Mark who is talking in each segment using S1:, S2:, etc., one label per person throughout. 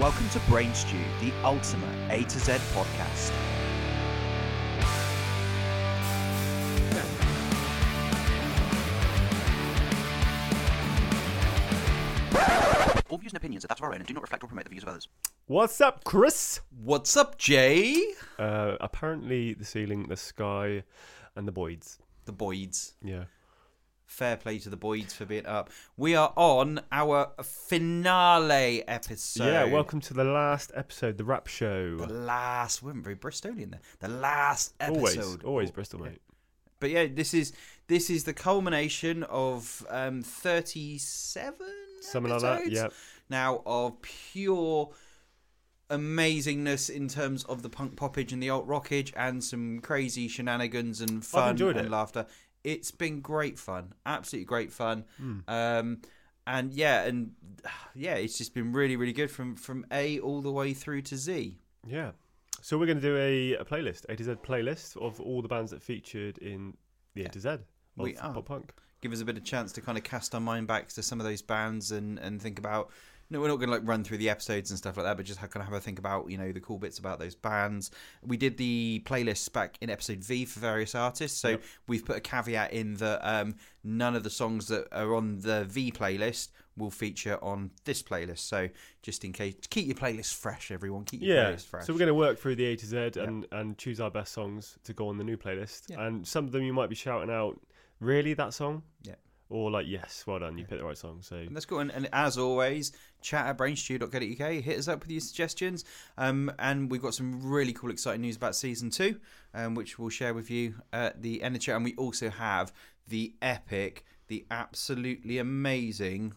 S1: Welcome to Brain Stew, the ultimate A to Z podcast. All views and opinions are that of our own and do not reflect or promote the views of others.
S2: What's up, Chris?
S3: What's up, Jay?
S2: Uh, apparently, the ceiling, the sky, and the Boyds.
S3: The Boyds.
S2: Yeah.
S3: Fair play to the Boyds for being up. We are on our finale episode.
S2: yeah, welcome to the last episode, the rap
S3: The
S2: show.
S3: last, we weren't very Bristolian there. The last
S2: Always,
S3: episode.
S2: always Bristol, mate.
S3: But yeah, this is this is the culmination of um, thirty-seven.
S2: Something like that,
S3: episodes
S2: yep.
S3: Now of pure amazingness in terms of the punk poppage and the alt rockage and some crazy shenanigans and fun
S2: enjoyed
S3: and
S2: it.
S3: laughter. It's been great fun, absolutely great fun.
S2: Hmm.
S3: Um, and yeah, and yeah, it's just been really, really good from from A all the way through to Z.
S2: Yeah. So we're going to do a, a playlist, A to Z playlist of all the bands that featured in the A to Z of
S3: We are.
S2: pop punk.
S3: give us a bit of chance to kind of cast our mind back to some of those bands and and think about no we're not going to like run through the episodes and stuff like that but just kind of have a think about you know the cool bits about those bands we did the playlists back in episode v for various artists so we've put a caveat in that um, none of the songs that are on the v playlist will feature on this playlist so just in case keep your playlist fresh everyone keep your
S2: Yeah.
S3: playlist fresh
S2: So we're going to work through the A to Z and, and choose our best songs to go on the new playlist.
S3: Yeah.
S2: And some of them you might be shouting out, really, that song?
S3: Yeah.
S2: Or like, yes, well done, you picked the right song. So
S3: And that's cool. And, and as always, chat at brainstew.co.uk. Hit us up with your suggestions. Um, and we've got some really cool, exciting news about season two, um, which we'll share with you at the end of chat. And we also have the epic, the absolutely amazing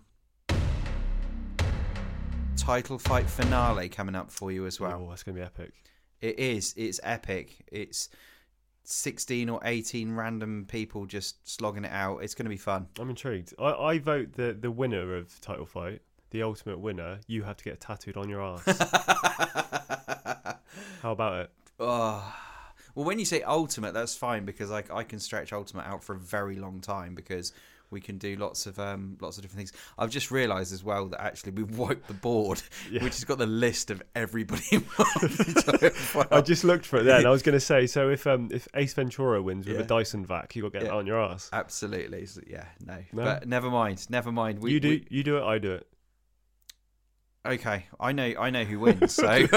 S3: title fight finale coming up for you as well.
S2: Oh, that's going to be epic.
S3: It is. It's epic. It's 16 or 18 random people just slogging it out. It's going to be fun.
S2: I'm intrigued. I, I vote that the winner of title fight, the ultimate winner, you have to get tattooed on your ass. How about it?
S3: Oh. Well, when you say ultimate, that's fine because I, I can stretch ultimate out for a very long time because we can do lots of um, lots of different things. I've just realised as well that actually we've wiped the board, which has got the list of everybody. involved.
S2: I just looked for it there, and I was going to say, so if um if Ace Ventura wins with
S3: Yeah.
S2: a Dyson vac, you got to get
S3: Yeah.
S2: that on your ass.
S3: Absolutely, So, yeah, no.
S2: No?
S3: but never mind, never mind. We,
S2: you do
S3: we-
S2: you do it, I do it.
S3: okay. I know, I know who wins, so I'm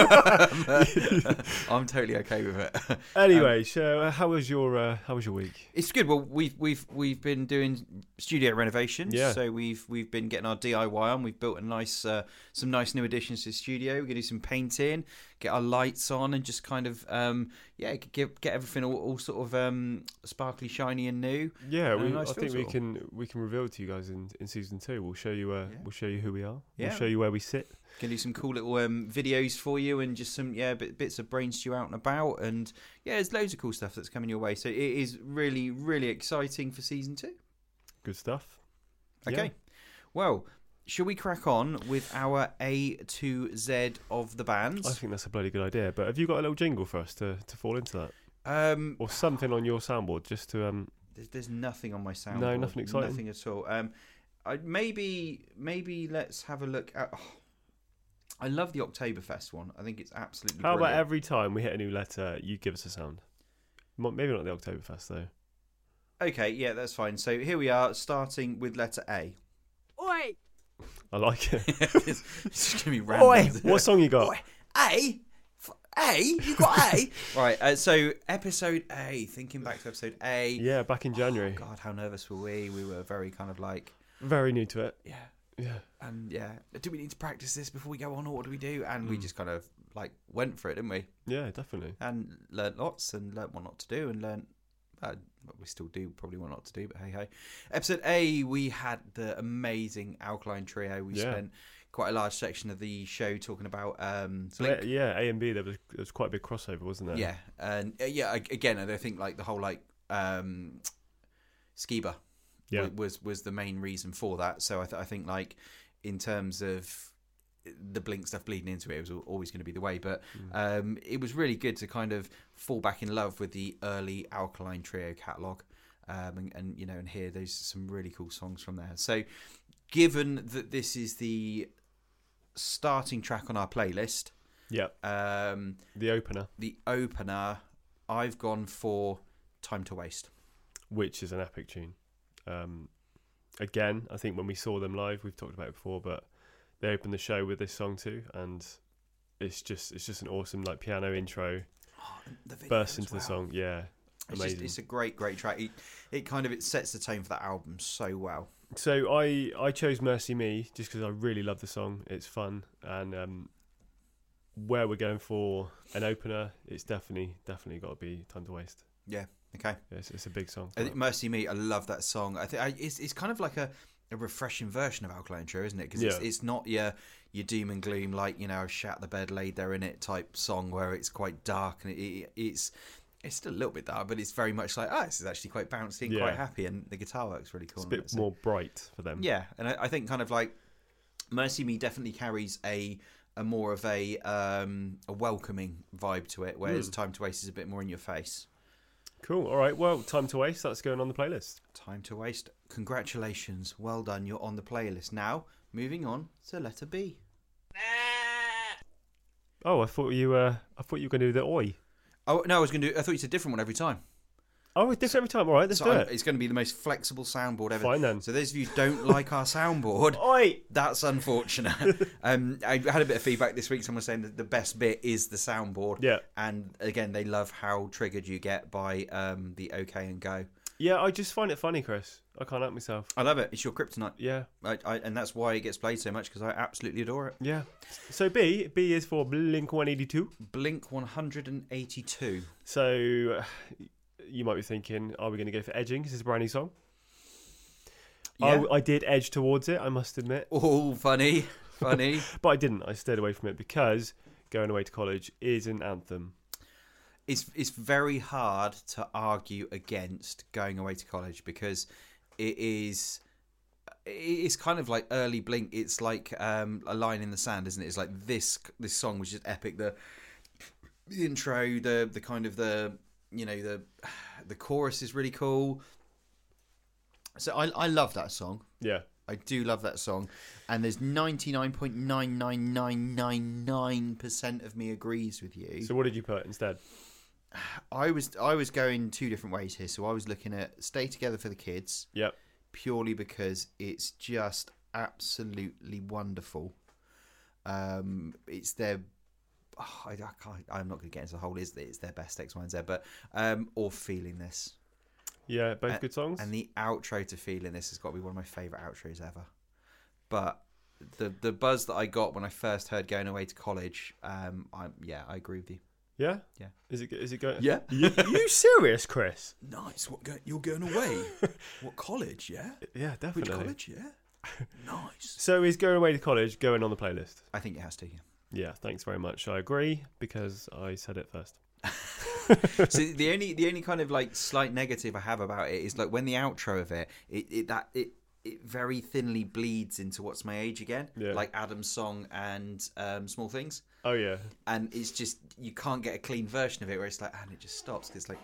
S3: totally okay with it.
S2: Anyway, so uh, how was your uh, how was your week?
S3: It's good. Well, we've we've we've been doing studio renovations.
S2: Yeah.
S3: So we've we've been getting our DIY on. We've built a nice uh, some nice new additions to the studio. We're gonna do some painting, get our lights on, and just kind of um yeah get get everything all, all sort of um sparkly, shiny, and new.
S2: Yeah,
S3: Uh,
S2: we,
S3: nice
S2: I think
S3: feels
S2: we
S3: all.
S2: can we can reveal to you guys in, in season two. We'll show you uh,
S3: Yeah.
S2: we'll show you who we are.
S3: Yeah.
S2: We'll show you where we sit.
S3: Gonna do some cool little um, videos for you and just some yeah bit, bits of brain stew out and about and yeah there's loads of cool stuff that's coming your way. So it is really really exciting for season two.
S2: Good stuff. Yeah.
S3: Okay. Well, shall we crack on with our A to Z of the
S2: I
S3: bands?
S2: think that's a bloody good idea. But have you got a little jingle for us to, to fall into that?
S3: Um,
S2: or something on your soundboard just to um
S3: there's, there's nothing on my sound.
S2: nothing exciting.
S3: Nothing at all. Um, I, maybe maybe let's have a look at. oh, I love the Oktoberfest one. I think it's absolutely.
S2: how about
S3: brilliant.
S2: every time we hit a new letter you give us a sound Mo- maybe not the oktoberfest though
S3: Okay, yeah, that's fine. So here we are, starting with letter A.
S4: Oi!
S2: i like it
S3: it's just gonna be random.
S2: what song you got
S3: A? F- A? You got A? right, uh, so episode A, thinking back to episode A.
S2: yeah back in january
S3: Oh, God, how nervous were we? We were very kind of like,
S2: very new to it
S3: yeah,
S2: yeah
S3: and yeah, do we need to practice this before we go on, or what do we do? And we just kind of like went for it, didn't we?
S2: yeah definitely
S3: And learnt lots, and learnt what not to do, and learnt. Uh, what we still do probably what not to do, but hey hey. Episode A, we had the amazing Alkaline Trio. We
S2: Yeah.
S3: spent quite a large section of the show talking about um,
S2: so
S3: Blink
S2: uh, yeah a and b there was, there was quite a big crossover wasn't there
S3: Yeah, and uh, yeah, ag- again, I don't think like the whole like um, Skiba
S2: Yeah.
S3: wa- was was the main reason for that. So I, th- I think like in terms of the blink stuff bleeding into it, it was al- always going to be the way. But
S2: Mm.
S3: um, it was really good to kind of fall back in love with the early Alkaline Trio catalog, um, and, and you know, and hear those some really cool songs from there. So given that this is the starting track on our playlist.
S2: Yeah,
S3: Um,
S2: the opener,
S3: the opener, I've gone for Time to Waste.
S2: which is an epic tune. Um, again, I think when we saw them live, we've talked about it before, but they opened the show with this song too, and it's just it's just an awesome like piano intro
S3: The video
S2: burst
S3: as
S2: into the
S3: well.
S2: song. Yeah,
S3: It's,
S2: amazing.
S3: just, it's a great, great track. It, it kind of it sets the tone for that album so well.
S2: so I I chose Mercy Me just because I really love the song. It's fun and um, where we're going for an opener, it's definitely definitely got to be time to waste.
S3: Yeah. Okay.
S2: Yeah, It's, it's a big song.
S3: I think Mercy Me, I love that song. I think I, it's it's kind of like a, a refreshing version of Alkaline Trio, isn't it? Because it's,
S2: Yeah.
S3: it's not your your doom and gloom like you know shat the bed laid there in it type song where it's quite dark and it, it it's it's still a little bit dark, but it's very much like oh, this is actually quite bouncy and quite
S2: Yeah.
S3: happy, and the guitar works really cool.
S2: It's
S3: on
S2: a
S3: it,
S2: bit
S3: so-
S2: more bright for them.
S3: yeah, and I, I think kind of like Mercy Me definitely carries a a more of a um a welcoming vibe to it, whereas
S2: Hmm.
S3: Time to Waste is a bit more in your face.
S2: Cool. All right. Well, time to waste. That's going on the playlist.
S3: Time to waste. Congratulations. Well done. You're on the playlist. Now, moving on to letter B.
S2: Oh, I thought you uh, I thought you were going to do the oi.
S3: Oh, no, I was going to do, I thought you said different one every time.
S2: Oh, it's different every time. All right, let's
S3: So
S2: do
S3: I'm-
S2: it.
S3: it's going to be the most flexible soundboard ever.
S2: Fine then. Oh,
S3: So, those of you who don't like our soundboard,
S2: Oi.
S3: that's unfortunate. um, I had a bit of feedback this week. Someone saying that the best bit is the soundboard.
S2: Yeah.
S3: And again, they love how triggered you get by um, the OK and Go.
S2: Yeah, I just find it funny, Chris. I can't help myself.
S3: I love it. It's your kryptonite.
S2: Yeah,
S3: I, I, and that's why it gets played so much because I absolutely adore it.
S2: yeah. So B B is for Blink One Eighty Two.
S3: Blink 182.
S2: So uh, you might be thinking, are we going to go for edging? 'Cause it's a brand new song.
S3: Yeah.
S2: I, I did edge towards it, I must admit,
S3: Oh, funny, funny.
S2: but I didn't. I stayed away from it because going away to college is an anthem.
S3: it's it's very hard to argue against going away to college because it is it's kind of like early blink it's like um, a line in the sand isn't it it's like this this song which is epic the the intro the the kind of the you know the the chorus is really cool so i i love that song
S2: Yeah.
S3: i do love that song and there's 99.99999% of me agrees with you
S2: So what did you put instead?
S3: I was I was going two different ways here. So I was looking at Stay Together for the Kids
S2: Yep.
S3: purely because it's just absolutely wonderful. Um, it's their oh, I, I can't, I'm not going to get into the whole is it's their best X Y and Z, but um, or feeling this
S2: Yeah, both
S3: A-
S2: good songs.
S3: and the outro to feeling this has got to be one of my favorite outros ever. But the the buzz that I got when I first heard going away to college, um, I yeah I agree with you.
S2: yeah.
S3: Yeah.
S2: Is it is it going?
S3: Yeah.
S2: you, you serious, Chris?
S4: Nice. What go- you're going away? what college? Yeah.
S2: Yeah, definitely.
S4: Which college? Yeah. nice.
S2: So is going away to college going on the playlist?
S3: I think it has to. Yeah.
S2: Yeah, thanks very much. I agree because I said it first.
S3: so the only the only kind of like slight negative I have about it is like when the outro of it, it, it that it it very thinly bleeds into what's my age again,
S2: Yeah.
S3: like Adam's song and um, Small Things,
S2: Oh yeah,
S3: and it's just you can't get a clean version of it where it's like and it just stops 'cause it's like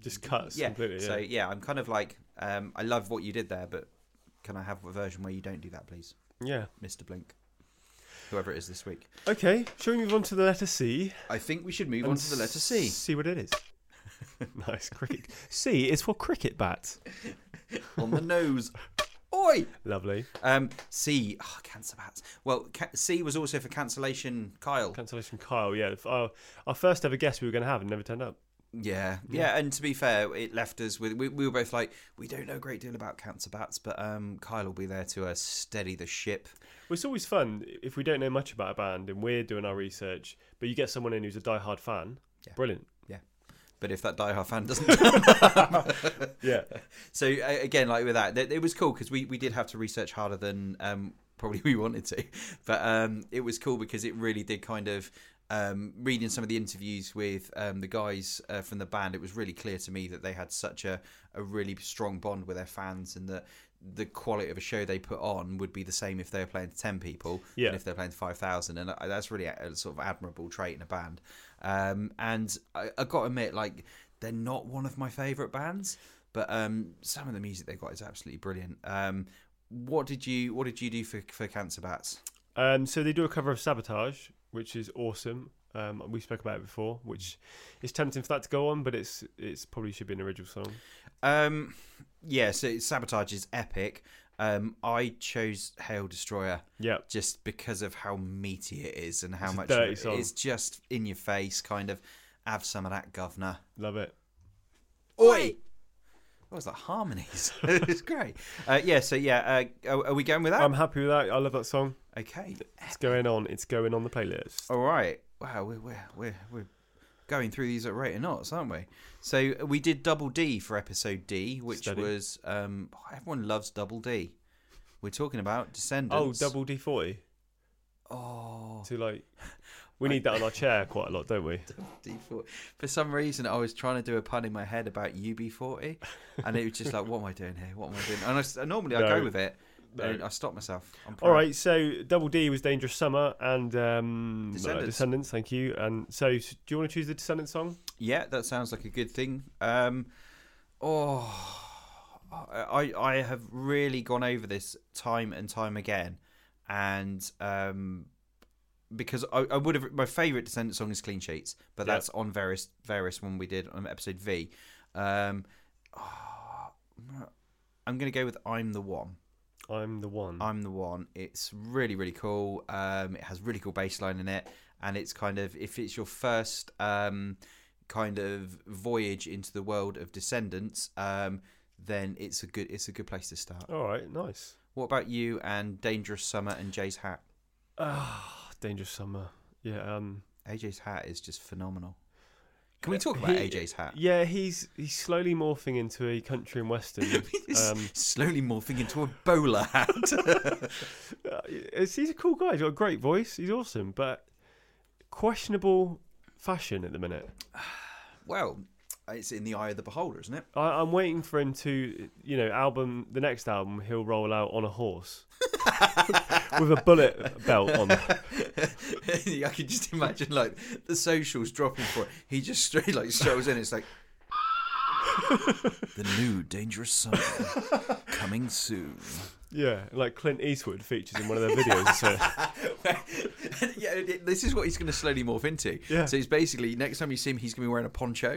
S2: just cuts
S3: yeah.
S2: completely. Yeah.
S3: So yeah, I'm kind of like um, I love what you did there, but can I have a version where you don't do that, please,
S2: yeah.
S3: Mister Blink, whoever it is this week?
S2: Okay, shall we move on to the letter C?
S3: I think we should move
S2: and
S3: on to the letter C.
S2: See what it is. nice cricket. C is for cricket bat.
S3: on the nose. Oi!
S2: Lovely.
S3: Um, C, oh, cancer bats. Well, ca- C was also for cancellation, Kyle.
S2: Cancellation, Kyle. Yeah, if our, our first ever guest we were going to have and never turned up.
S3: yeah, yeah. And to be fair, it left us with we, we were both like we don't know a great deal about cancer bats, but um, Kyle will be there to uh, steady the ship.
S2: Well, it's always fun if we don't know much about a band and we're doing our research, but you get someone in who's a diehard fan.
S3: Yeah.
S2: Brilliant.
S3: But if that diehard fan doesn't,
S2: Yeah.
S3: so uh, again, like with that, it, it was cool because we we did have to research harder than um probably we wanted to, but um, it was cool because it really did kind of. Um, reading some of the interviews with um, the guys uh, from the band, it was really clear to me that they had such a, a really strong bond with their fans, and that the quality of a show they put on would be the same if they were playing to 10 people
S2: Yeah.
S3: and if they're playing to 5,000. And I- that's really a a sort of admirable trait in a band. Um, and I, I got to admit, like, they're not one of my favourite bands, but um, some of the music they got is absolutely brilliant. Um, what did you What did you do for for Cancer Bats?
S2: Um, so they do a cover of Sabotage, which is awesome. Um, we spoke about it before, which is tempting for that to go on, but it's it's probably should be an original song.
S3: Um, yeah, so it's- Sabotage is epic. Um, I chose Hail Destroyer
S2: Yeah,
S3: just because of how meaty it is and how
S2: It's a
S3: much
S2: dirty
S3: it
S2: song.
S3: is just in your face, kind of. Have some of that, governor.
S2: love it.
S3: Oi! What was that? Harmonies. it's great. Uh, yeah, so yeah, uh, are, are we going with that?
S2: I'm happy with that. I love that song.
S3: okay.
S2: It's going on. It's going on the playlist.
S3: All right. Wow, we're, we're, we're, we're going through these at rate of knots, aren't we? So we did Double D for episode D, which
S2: Steady.
S3: was um, everyone loves Double D. We're talking about
S2: Oh,
S3: Descendants.
S2: double D forty.
S3: Oh,
S2: So like, we need that on our chair quite a lot, don't we?
S3: D40. For some reason, I was trying to do a pun in my head about UB40, and it was just like, what am I doing here? What am I doing? And I s- and normally I
S2: No.
S3: go with it,
S2: No.
S3: and I stopped myself. I'm
S2: All right, so Double D was Dangerous Summer and um, uh,
S3: Descendants.
S2: Descendants, thank you. And so, s- do you want to choose the Descendants song?
S3: Yeah, that sounds like a good thing. Um, oh, I I have really gone over this time and time again, and um, because I, I would have my favorite Descendant song is Clean Sheets, but
S2: Yeah.
S3: that's on various various one we did on episode V. Um, oh, I'm gonna go with I'm the one.
S2: I'm the one.
S3: I'm the one. It's really really cool. Um, it has really cool bassline in it, and it's kind of if it's your first um, kind of voyage into the world of Descendants, um, then it's a good it's a good place to start.
S2: All right, nice.
S3: What about you and Dangerous Summer and Jay's hat?
S2: Ah, Dangerous Summer. Yeah. Um,
S3: AJ's hat is just phenomenal. Can we talk about
S2: he-
S3: AJ's hat?
S2: Yeah, he's he's slowly morphing into a country and western. um,
S3: Slowly morphing into a bowler hat.
S2: uh, it's, he's a cool guy. He's got a great voice. He's awesome, but questionable fashion at the minute.
S3: well, it's in the eye of the beholder, isn't it?
S2: I, I'm waiting for him to, you know, album the next album he'll roll out on a horse with a bullet belt on.
S3: I can just imagine like the socials dropping for it. He just straight like strolls in. It's like the new dangerous summer coming soon.
S2: Yeah, like Clint Eastwood features in one of their videos. So
S3: yeah, it- this is what he's going to slowly morph into.
S2: Yeah.
S3: So he's basically next time you see him, he's going to be wearing a poncho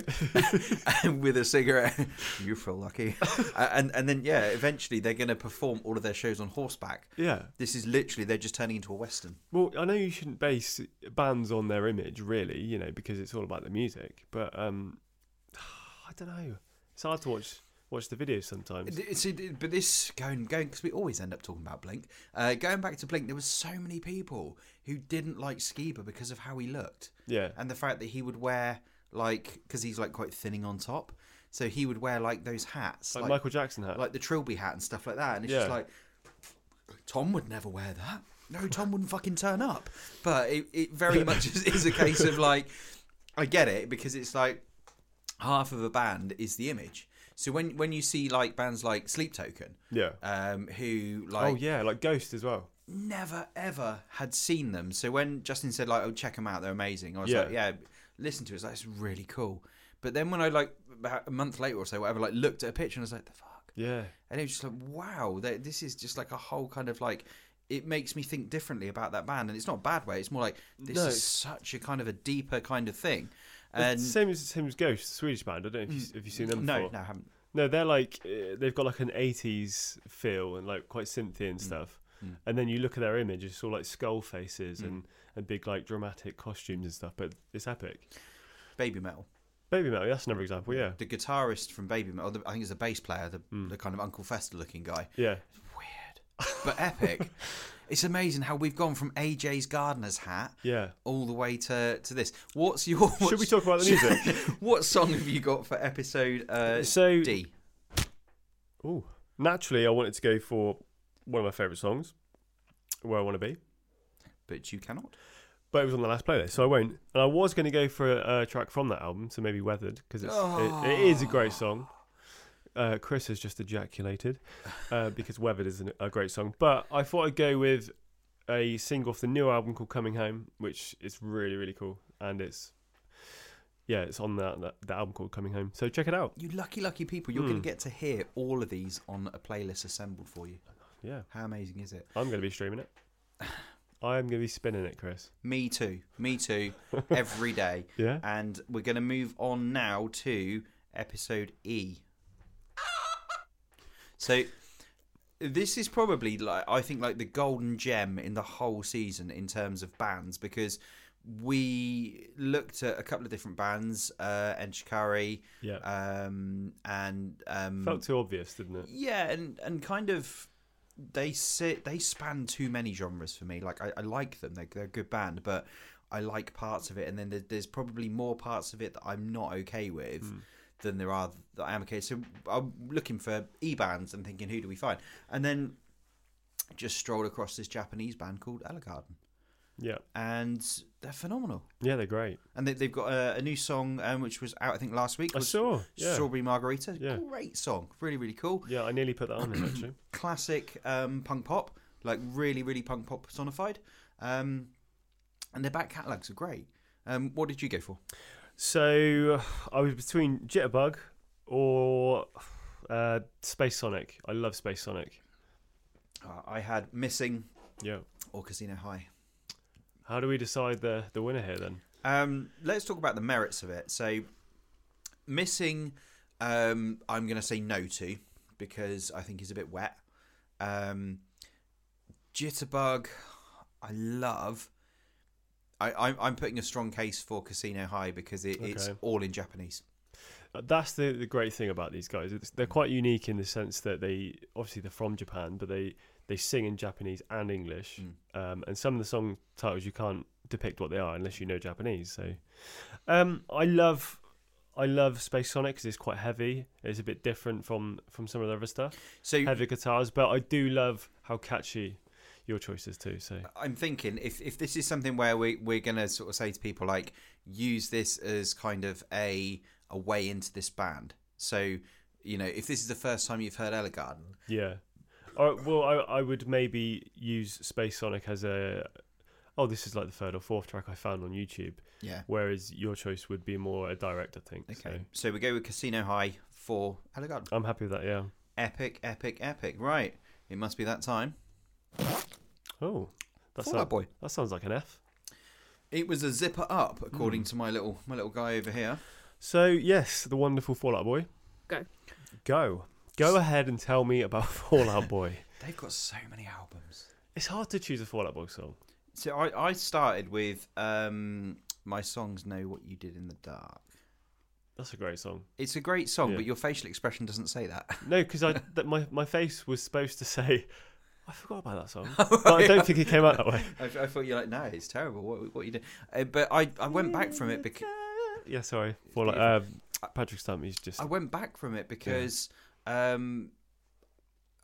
S3: and with a cigarette. you feel lucky. Uh, and and then yeah, eventually they're going to perform all of their shows on horseback.
S2: yeah,
S3: This is literally they're just turning into a western.
S2: well, I know you shouldn't base bands on their image, really, you know, because it's all about the music. But um, I don't know. It's hard to watch watch the videos sometimes.
S3: Th- See, th- but this going going because we always end up talking about Blink. Uh, going back to Blink, there was so many people who didn't like Skiba because of how he looked
S2: Yeah,
S3: and the fact that he would wear like because he's like quite thinning on top, so he would wear like those hats,
S2: like,
S3: like
S2: Michael Jackson had.
S3: like the Trilby hat and stuff like that. And it's just
S2: Yeah.
S3: like Tom would never wear that. No, Tom wouldn't fucking turn up. But it, it very much is, is a case of like, I get it because it's like half of a band is the image. So when when you see like bands like Sleep Token,
S2: yeah.
S3: um, who like
S2: oh yeah, like Ghost as well.
S3: never ever had seen them. So when Justin said like, "Oh, check them out, they're amazing," I was
S2: Yeah.
S3: like, "Yeah, listen to it. It's like, It's really cool." But then when I like about a month later or so, whatever, like looked at a picture and I was like, "The fuck."
S2: Yeah,
S3: and it was just like wow that this is just like a whole kind of like it makes me think differently about that band and it's not a bad way it's more like this
S2: No,
S3: is
S2: it's-
S3: such a kind of a deeper kind of thing
S2: It's
S3: and Mm,
S2: the same as same as Ghost, the Swedish band. I don't know if you, have you seen them
S3: no
S2: before.
S3: no I haven't
S2: No, they're like uh, they've got like an '80s feel and like quite synthy and stuff. And then you look at their image, it's all like skull faces and and big like dramatic costumes and stuff. But it's epic.
S3: baby metal
S2: Baby Metal, that's another example. Yeah,
S3: the guitarist from baby metal the, i think it's the bass player the,
S2: Hmm.
S3: the kind of uncle fester looking guy
S2: yeah,
S3: weird but epic it's amazing how we've gone from aj's gardener's hat
S2: yeah.
S3: all the way to, to this what's your what's,
S2: Should we talk about the music?
S3: what song have you got for episode uh,
S2: so,
S3: d
S2: ooh, naturally, I wanted to go for one of my favorite songs, "Where I Want to Be,"
S3: but you cannot
S2: but it was on the last playlist, so I won't. And I was going to go for a, a track from that album, so maybe "Weathered" because it's it, it is a great song. Uh, Chris has just ejaculated uh, because "Weathered" is an, a great song, but I thought I'd go with a single off the new album called "Coming Home," which is really really cool, and it's yeah, it's on that that, that album called "Coming Home." So check it out.
S3: You lucky, lucky people. You're
S2: Hmm.
S3: going to get to hear all of these on a playlist assembled for you.
S2: Yeah,
S3: How amazing is it?
S2: I'm going to be streaming it. I am going to be spinning it, Chris.
S3: Me too. Me too. Every day.
S2: Yeah.
S3: And we're going to move on now to episode E. So this is probably like I think like the golden gem in the whole season in terms of bands because we looked at a couple of different bands, uh, and Shikari,
S2: Yeah.
S3: um, and um,
S2: Felt too obvious, didn't it?
S3: yeah, and and kind of they sit they span too many genres for me. Like I, I like them; they're, they're a good band, but I like parts of it, and then there, there's probably more parts of it that I'm not okay with
S2: Hmm.
S3: than there are that I am okay. So I'm looking for e bands and thinking, who do we find? And then just strolled across this Japanese band called Garden,
S2: Yeah.
S3: and they're phenomenal.
S2: Yeah, they're great.
S3: And they, they've got a, a new song um, which was out, I think, last week.
S2: I
S3: was
S2: saw. Yeah.
S3: Strawberry Margarita.
S2: Yeah.
S3: Great song, really, really cool
S2: Yeah, I nearly put that on it, actually.
S3: classic um, punk pop, like really, really punk pop personified. Um, and their back catalogues are great. Um, what did you go for?
S2: So I was between Jitterbug or uh, Space Sonic. I love Space Sonic.
S3: Uh, I had Missing
S2: Yeah.
S3: or Casino High.
S2: How do we decide the, the winner here then?
S3: Um, let's talk about the merits of it. So, Missing, um, I'm going to say no to because I think he's a bit wet. Um, Jitterbug, I love. I, I'm, I'm putting a strong case for Casino High because it, it's
S2: Okay.
S3: all in Japanese.
S2: Uh, That's the, the great thing about these guys. It's, they're quite unique in the sense that they obviously they're from Japan, but they, they sing in Japanese and English. Um, and some of the song titles you can't depict what they are unless you know Japanese. So um, I love I love Space Sonic because it's quite heavy. It's a bit different from from some of the other stuff.
S3: So
S2: heavy guitars, but I do love how catchy your choice is too. So
S3: I'm thinking if, if this is something where we we're gonna sort of say to people like use this as kind of a a way into this band. So you know if this is the first time you've heard Ellegarden,
S2: yeah, All right, well, I, I would maybe use Space Sonic as a oh, this is like the third or fourth track I found on YouTube.
S3: yeah.
S2: Whereas your choice would be more a direct, I think.
S3: Okay, so, we go with Casino High for Ellegarden.
S2: So I'm happy with that. Yeah.
S3: Epic, epic, epic. Right, it must be that time.
S2: Oh, that's
S3: Fall Out Boy.
S2: That sounds like an F.
S3: It was a zipper up, according to my little my little guy over here.
S2: So yes, the wonderful Fallout Boy.
S5: Go.
S2: Go. Go ahead and tell me about Fallout Boy.
S3: They've got so many albums.
S2: It's hard to choose a Fallout Boy song.
S3: So I I started with um my songs know what you did in the dark.
S2: That's a great song.
S3: It's a great song,
S2: Yeah.
S3: but your facial expression doesn't say that.
S2: No, because I that my my face was supposed to say, I forgot about that song, but I don't think it came out that way.
S3: I, I thought you're like, no, it's terrible. What, what you do? Uh, but I, I went back from it because
S2: Yeah, sorry. Well, like, um, Patrick Stump, he's just
S3: I went back from it because um,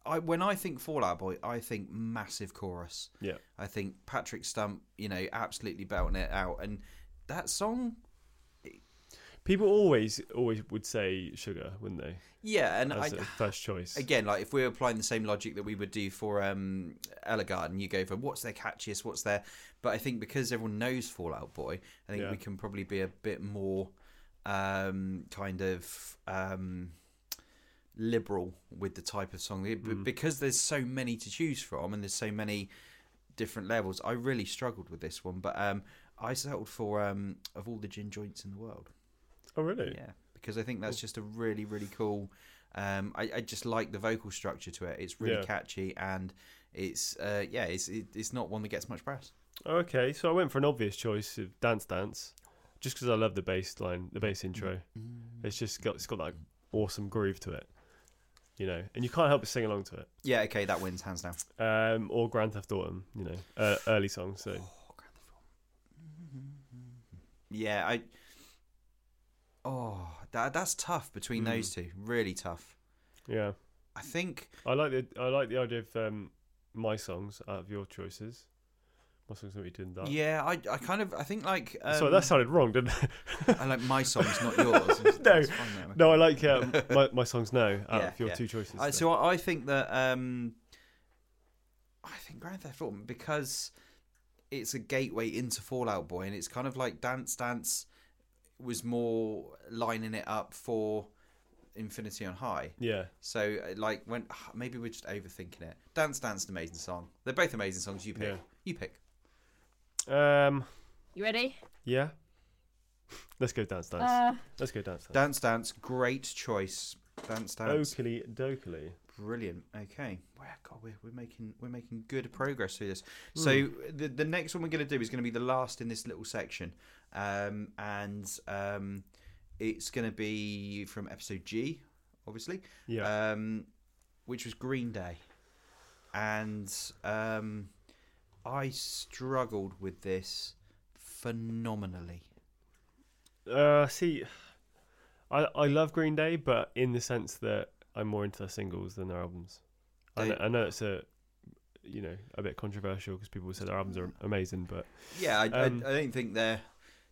S3: I when I think Fallout Boy, I think massive chorus.
S2: yeah,
S3: I think Patrick Stump, you know, absolutely belting it out, and that song,
S2: people always always would say sugar, wouldn't they?
S3: yeah, and I.
S2: As a first choice.
S3: Again, like if we were applying the same logic that we would do for um, Ellegarden, you go for what's their catchiest, what's their. But I think because everyone knows Fallout Boy, I think
S2: Yeah.
S3: we can probably be a bit more um, kind of um, liberal with the type of song Be- because there's so many to choose from and there's so many different levels. I really struggled with this one, but um, I settled for um, of all the gin joints in the world.
S2: oh really?
S3: Yeah, because I think that's just a really, really cool. Um, I, I just like the vocal structure to it. It's really
S2: Yeah.
S3: catchy and it's uh, yeah, it's it, it's not one that gets much press.
S2: Oh, okay, so I went for an obvious choice of Dance Dance, just because I love the bass line, the
S3: Mm-hmm.
S2: bass intro.
S3: Mm.
S2: It's just got it's got that awesome groove to it, you know, and you can't help but sing along to it.
S3: Yeah, okay, that wins hands down.
S2: Um, or Grand Theft Auto, you know, uh, early song. So
S3: Oh, Yeah, I. Oh, that that's tough
S2: Mm.
S3: between those two. Really tough.
S2: yeah.
S3: I think
S2: I like the I like the idea of um, my songs out of your choices. My songs that we did in that.
S3: yeah, I I kind of I think like um,
S2: Sorry, that sounded wrong, didn't it?
S3: I like my songs, not yours.
S2: No,
S3: It's fine that way.
S2: no, I like um, my my songs now out
S3: Yeah,
S2: of your
S3: yeah.
S2: two choices.
S3: I,
S2: though.
S3: so I, I think that um, I think Grand Theft Auto because it's a gateway into Fallout Boy, and it's kind of like Dance Dance was more lining it up for Infinity on High.
S2: yeah,
S3: So uh, like when maybe we're just overthinking it. Dance Dance, is an amazing song. They're both amazing songs. You pick.
S2: Yeah.
S3: You pick.
S2: Um,
S5: You ready?
S2: yeah. Let's go dance dance.
S5: Uh,
S2: Let's go dance dance.
S3: Dance Dance, great choice. Dance Dance,
S2: Oakley Dokley.
S3: brilliant. Okay, wow, God, we're, we're making we're making good progress through this. So the the next one we're going to do is going to be the last in this little section, um, and um, it's going to be from episode G, obviously,
S2: Yeah.
S3: um, which was Green Day, and um, I struggled with this phenomenally.
S2: Uh, see, I I love Green Day, but in the sense that I'm more into their singles than their albums. I,
S3: They-
S2: know, I know it's a you know a bit controversial because people say their albums are amazing, but
S3: Yeah, I,
S2: Um,
S3: I, I don't think they're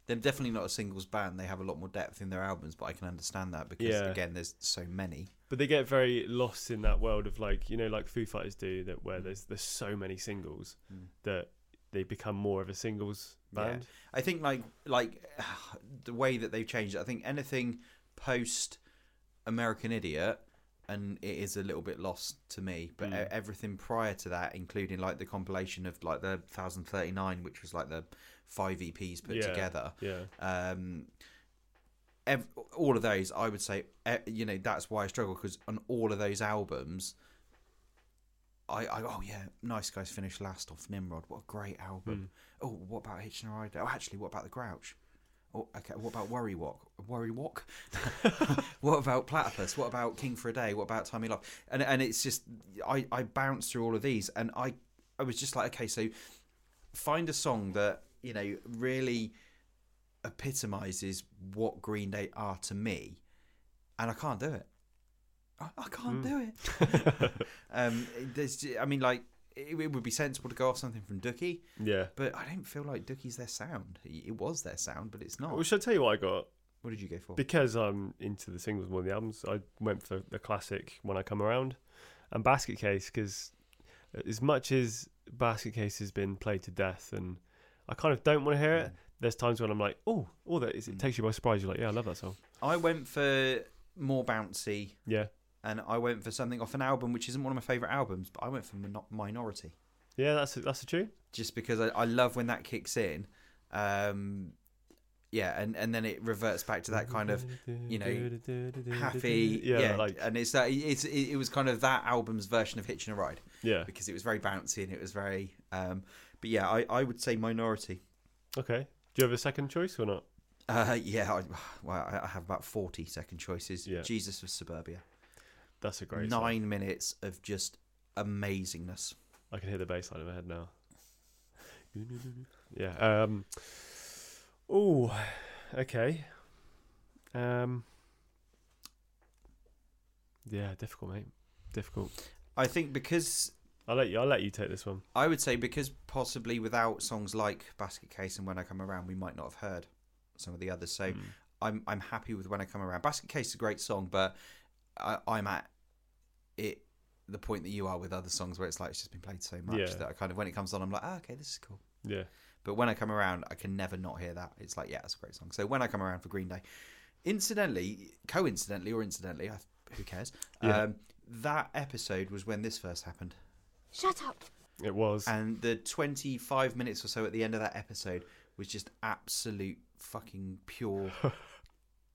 S3: they're definitely not a singles band. They have a lot more depth in their albums, but I can understand that because
S2: Yeah.
S3: again, there's so many.
S2: but they get very lost in that world of like you know like Foo Fighters do that where there's there's so many singles
S3: Mm.
S2: that they become more of a singles
S3: Yeah.
S2: band.
S3: I think like like the way that they've changed. it, I think anything post American Idiot. And it is a little bit lost to me, but e-
S2: Mm.
S3: everything prior to that, including like the compilation of like the 1039, which was like the five EPs put
S2: Yeah.
S3: together,
S2: Yeah,
S3: um, ev- all of those, I would say, eh, you know, that's why I struggle because on all of those albums, I, I oh yeah, nice guys finished last off Nimrod. What a great album. Oh, what about Hitching a Ride? Oh, actually, what about the Grouch? Oh, okay. What about Worry Walk? Worry Walk? what about Platypus? What about King for a Day? What about Time You Love? And and it's just I I bounced through all of these and I I was just like okay, so find a song that you know really epitomizes what Green Day are to me, and I can't do it. I, I can't do it. um, there's, j- I mean, like it, it would be sensible to go off something from Dookie,
S2: yeah.
S3: but I don't feel like Dookie's their sound. It was their sound, but it's not.
S2: Well, should I tell you what I got?
S3: what did you go for?
S2: Because I'm into the singles more than the albums, I went for the classic when I come around, and Basket Case because as much as Basket Case has been played to death, and I kind of don't want to hear
S3: Mm.
S2: it. There's times when I'm like, oh, all that is, it takes you by surprise. You're like, yeah, I love that song.
S3: I went for more bouncy,
S2: Yeah,
S3: and I went for something off an album which isn't one of my favorite albums, but I went for Mon- Minority.
S2: yeah, that's a, that's a tune.
S3: just because I, I love when that kicks in. Um, yeah, and, and then it reverts back to that kind of you know happy
S2: yeah, like
S3: and it's that it's it, it was kind of that album's version of Hitching a Ride
S2: yeah.
S3: because it was very bouncy and it was very um, but yeah, I, I would say Minority.
S2: Okay, do you have a second choice or not?
S3: Uh, yeah, I, well, I- I have about forty second choices.
S2: Yeah.
S3: Jesus of Suburbia,
S2: That's a great song.
S3: nine minutes of just amazingness.
S2: I can hear the bass line in my head now. Yeah. Um Oh, okay. Um Yeah, difficult, mate. Difficult.
S3: I think because
S2: I'll let you I'll let you take this one.
S3: I would say because possibly without songs like Basket Case and When I Come Around, we might not have heard some of the others. So
S2: Hmm. Mm.
S3: I'm I'm happy with When I Come Around. Basket Case is a great song, but I, I'm at it the point that you are with other songs where it's like it's just been played so much
S2: Yeah.
S3: that I kind of when it comes on, I'm like, ah, okay, this is cool.
S2: Yeah.
S3: But when I come around, I can never not hear that. It's like, yeah, that's a great song. So when I come around for Green Day, incidentally, coincidentally or incidentally, I, who cares?
S2: Yeah.
S3: Um, that episode was when this first happened.
S5: shut up.
S2: It was.
S3: And the 25 minutes or so at the end of that episode was just absolute fucking pure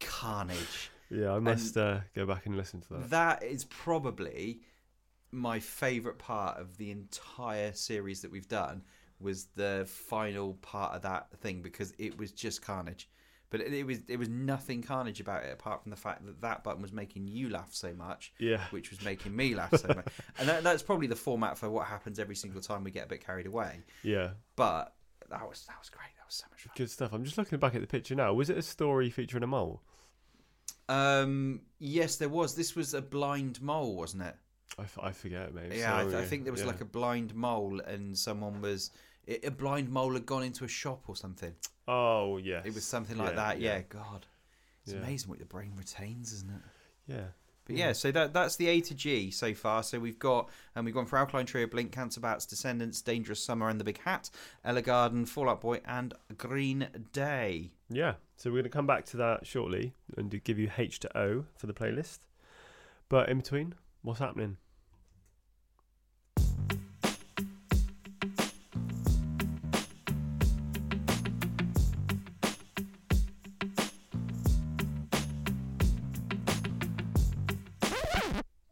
S3: carnage.
S2: yeah, I must uh, go back and listen to that.
S3: That is probably my favorite part of the entire series that we've done was the final part of that thing because it was just carnage. But it, it was it was nothing carnage about it apart from the fact that that button was making you laugh so much
S2: Yeah.
S3: which was making me laugh so much. And that, that's probably the format for what happens every single time we get a bit carried away.
S2: Yeah.
S3: But that was that was great. That was so much fun.
S2: Good stuff. I'm just looking back at the picture now. Was it a story featuring a mole?
S3: Um, yes, there was. This was a blind mole, wasn't it?
S2: I, f- I forget, mate.
S3: yeah, I, th- I
S2: Sorry.
S3: think there was
S2: Yeah.
S3: like a blind mole, and someone was it, a blind mole had gone into a shop or something.
S2: Oh, yeah.
S3: It was something like that. Yeah, God, it's
S2: Yeah.
S3: amazing what the brain retains, isn't it?
S2: Yeah.
S3: But yeah, so that that's the A to G so far. So we've got and we've gone for Alkaline Trio, Blink, Cancer Bats, Descendants, Dangerous Summer, and the Big Hat, Ella Garden, Fallout Boy, and Green Day.
S2: Yeah, so we're going to come back to that shortly and do- give you H to O for the playlist. But in between, what's happening?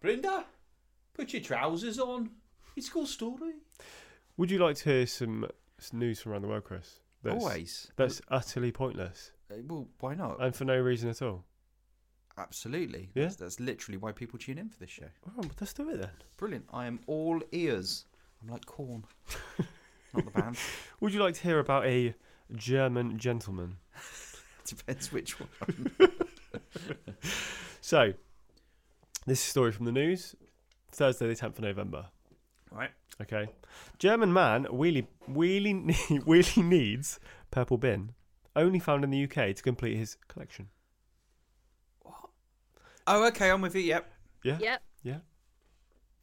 S3: Brenda, put your trousers on. It's called story.
S2: Would you like to hear some some news from around the world, Chris? That's,
S3: Always.
S2: That's utterly pointless
S3: Uh, Well, why not?
S2: and for no reason at all.
S3: Absolutely.
S2: Yeah.
S3: That's, that's literally why people tune in for this show.
S2: Oh, well, let's do it then.
S3: Brilliant. I am all ears. I'm like corn. Not the band.
S2: Would you like to hear about a German gentleman?
S3: Depends which one.
S2: So, this is a story from the news, Thursday, the 10th of November.
S3: Right.
S2: Okay. German man wheelie wheelie nee- wheelie needs purple bin, only found in the UK to complete his collection.
S3: Oh, okay. I'm with you. Yep.
S2: Yeah.
S5: Yep.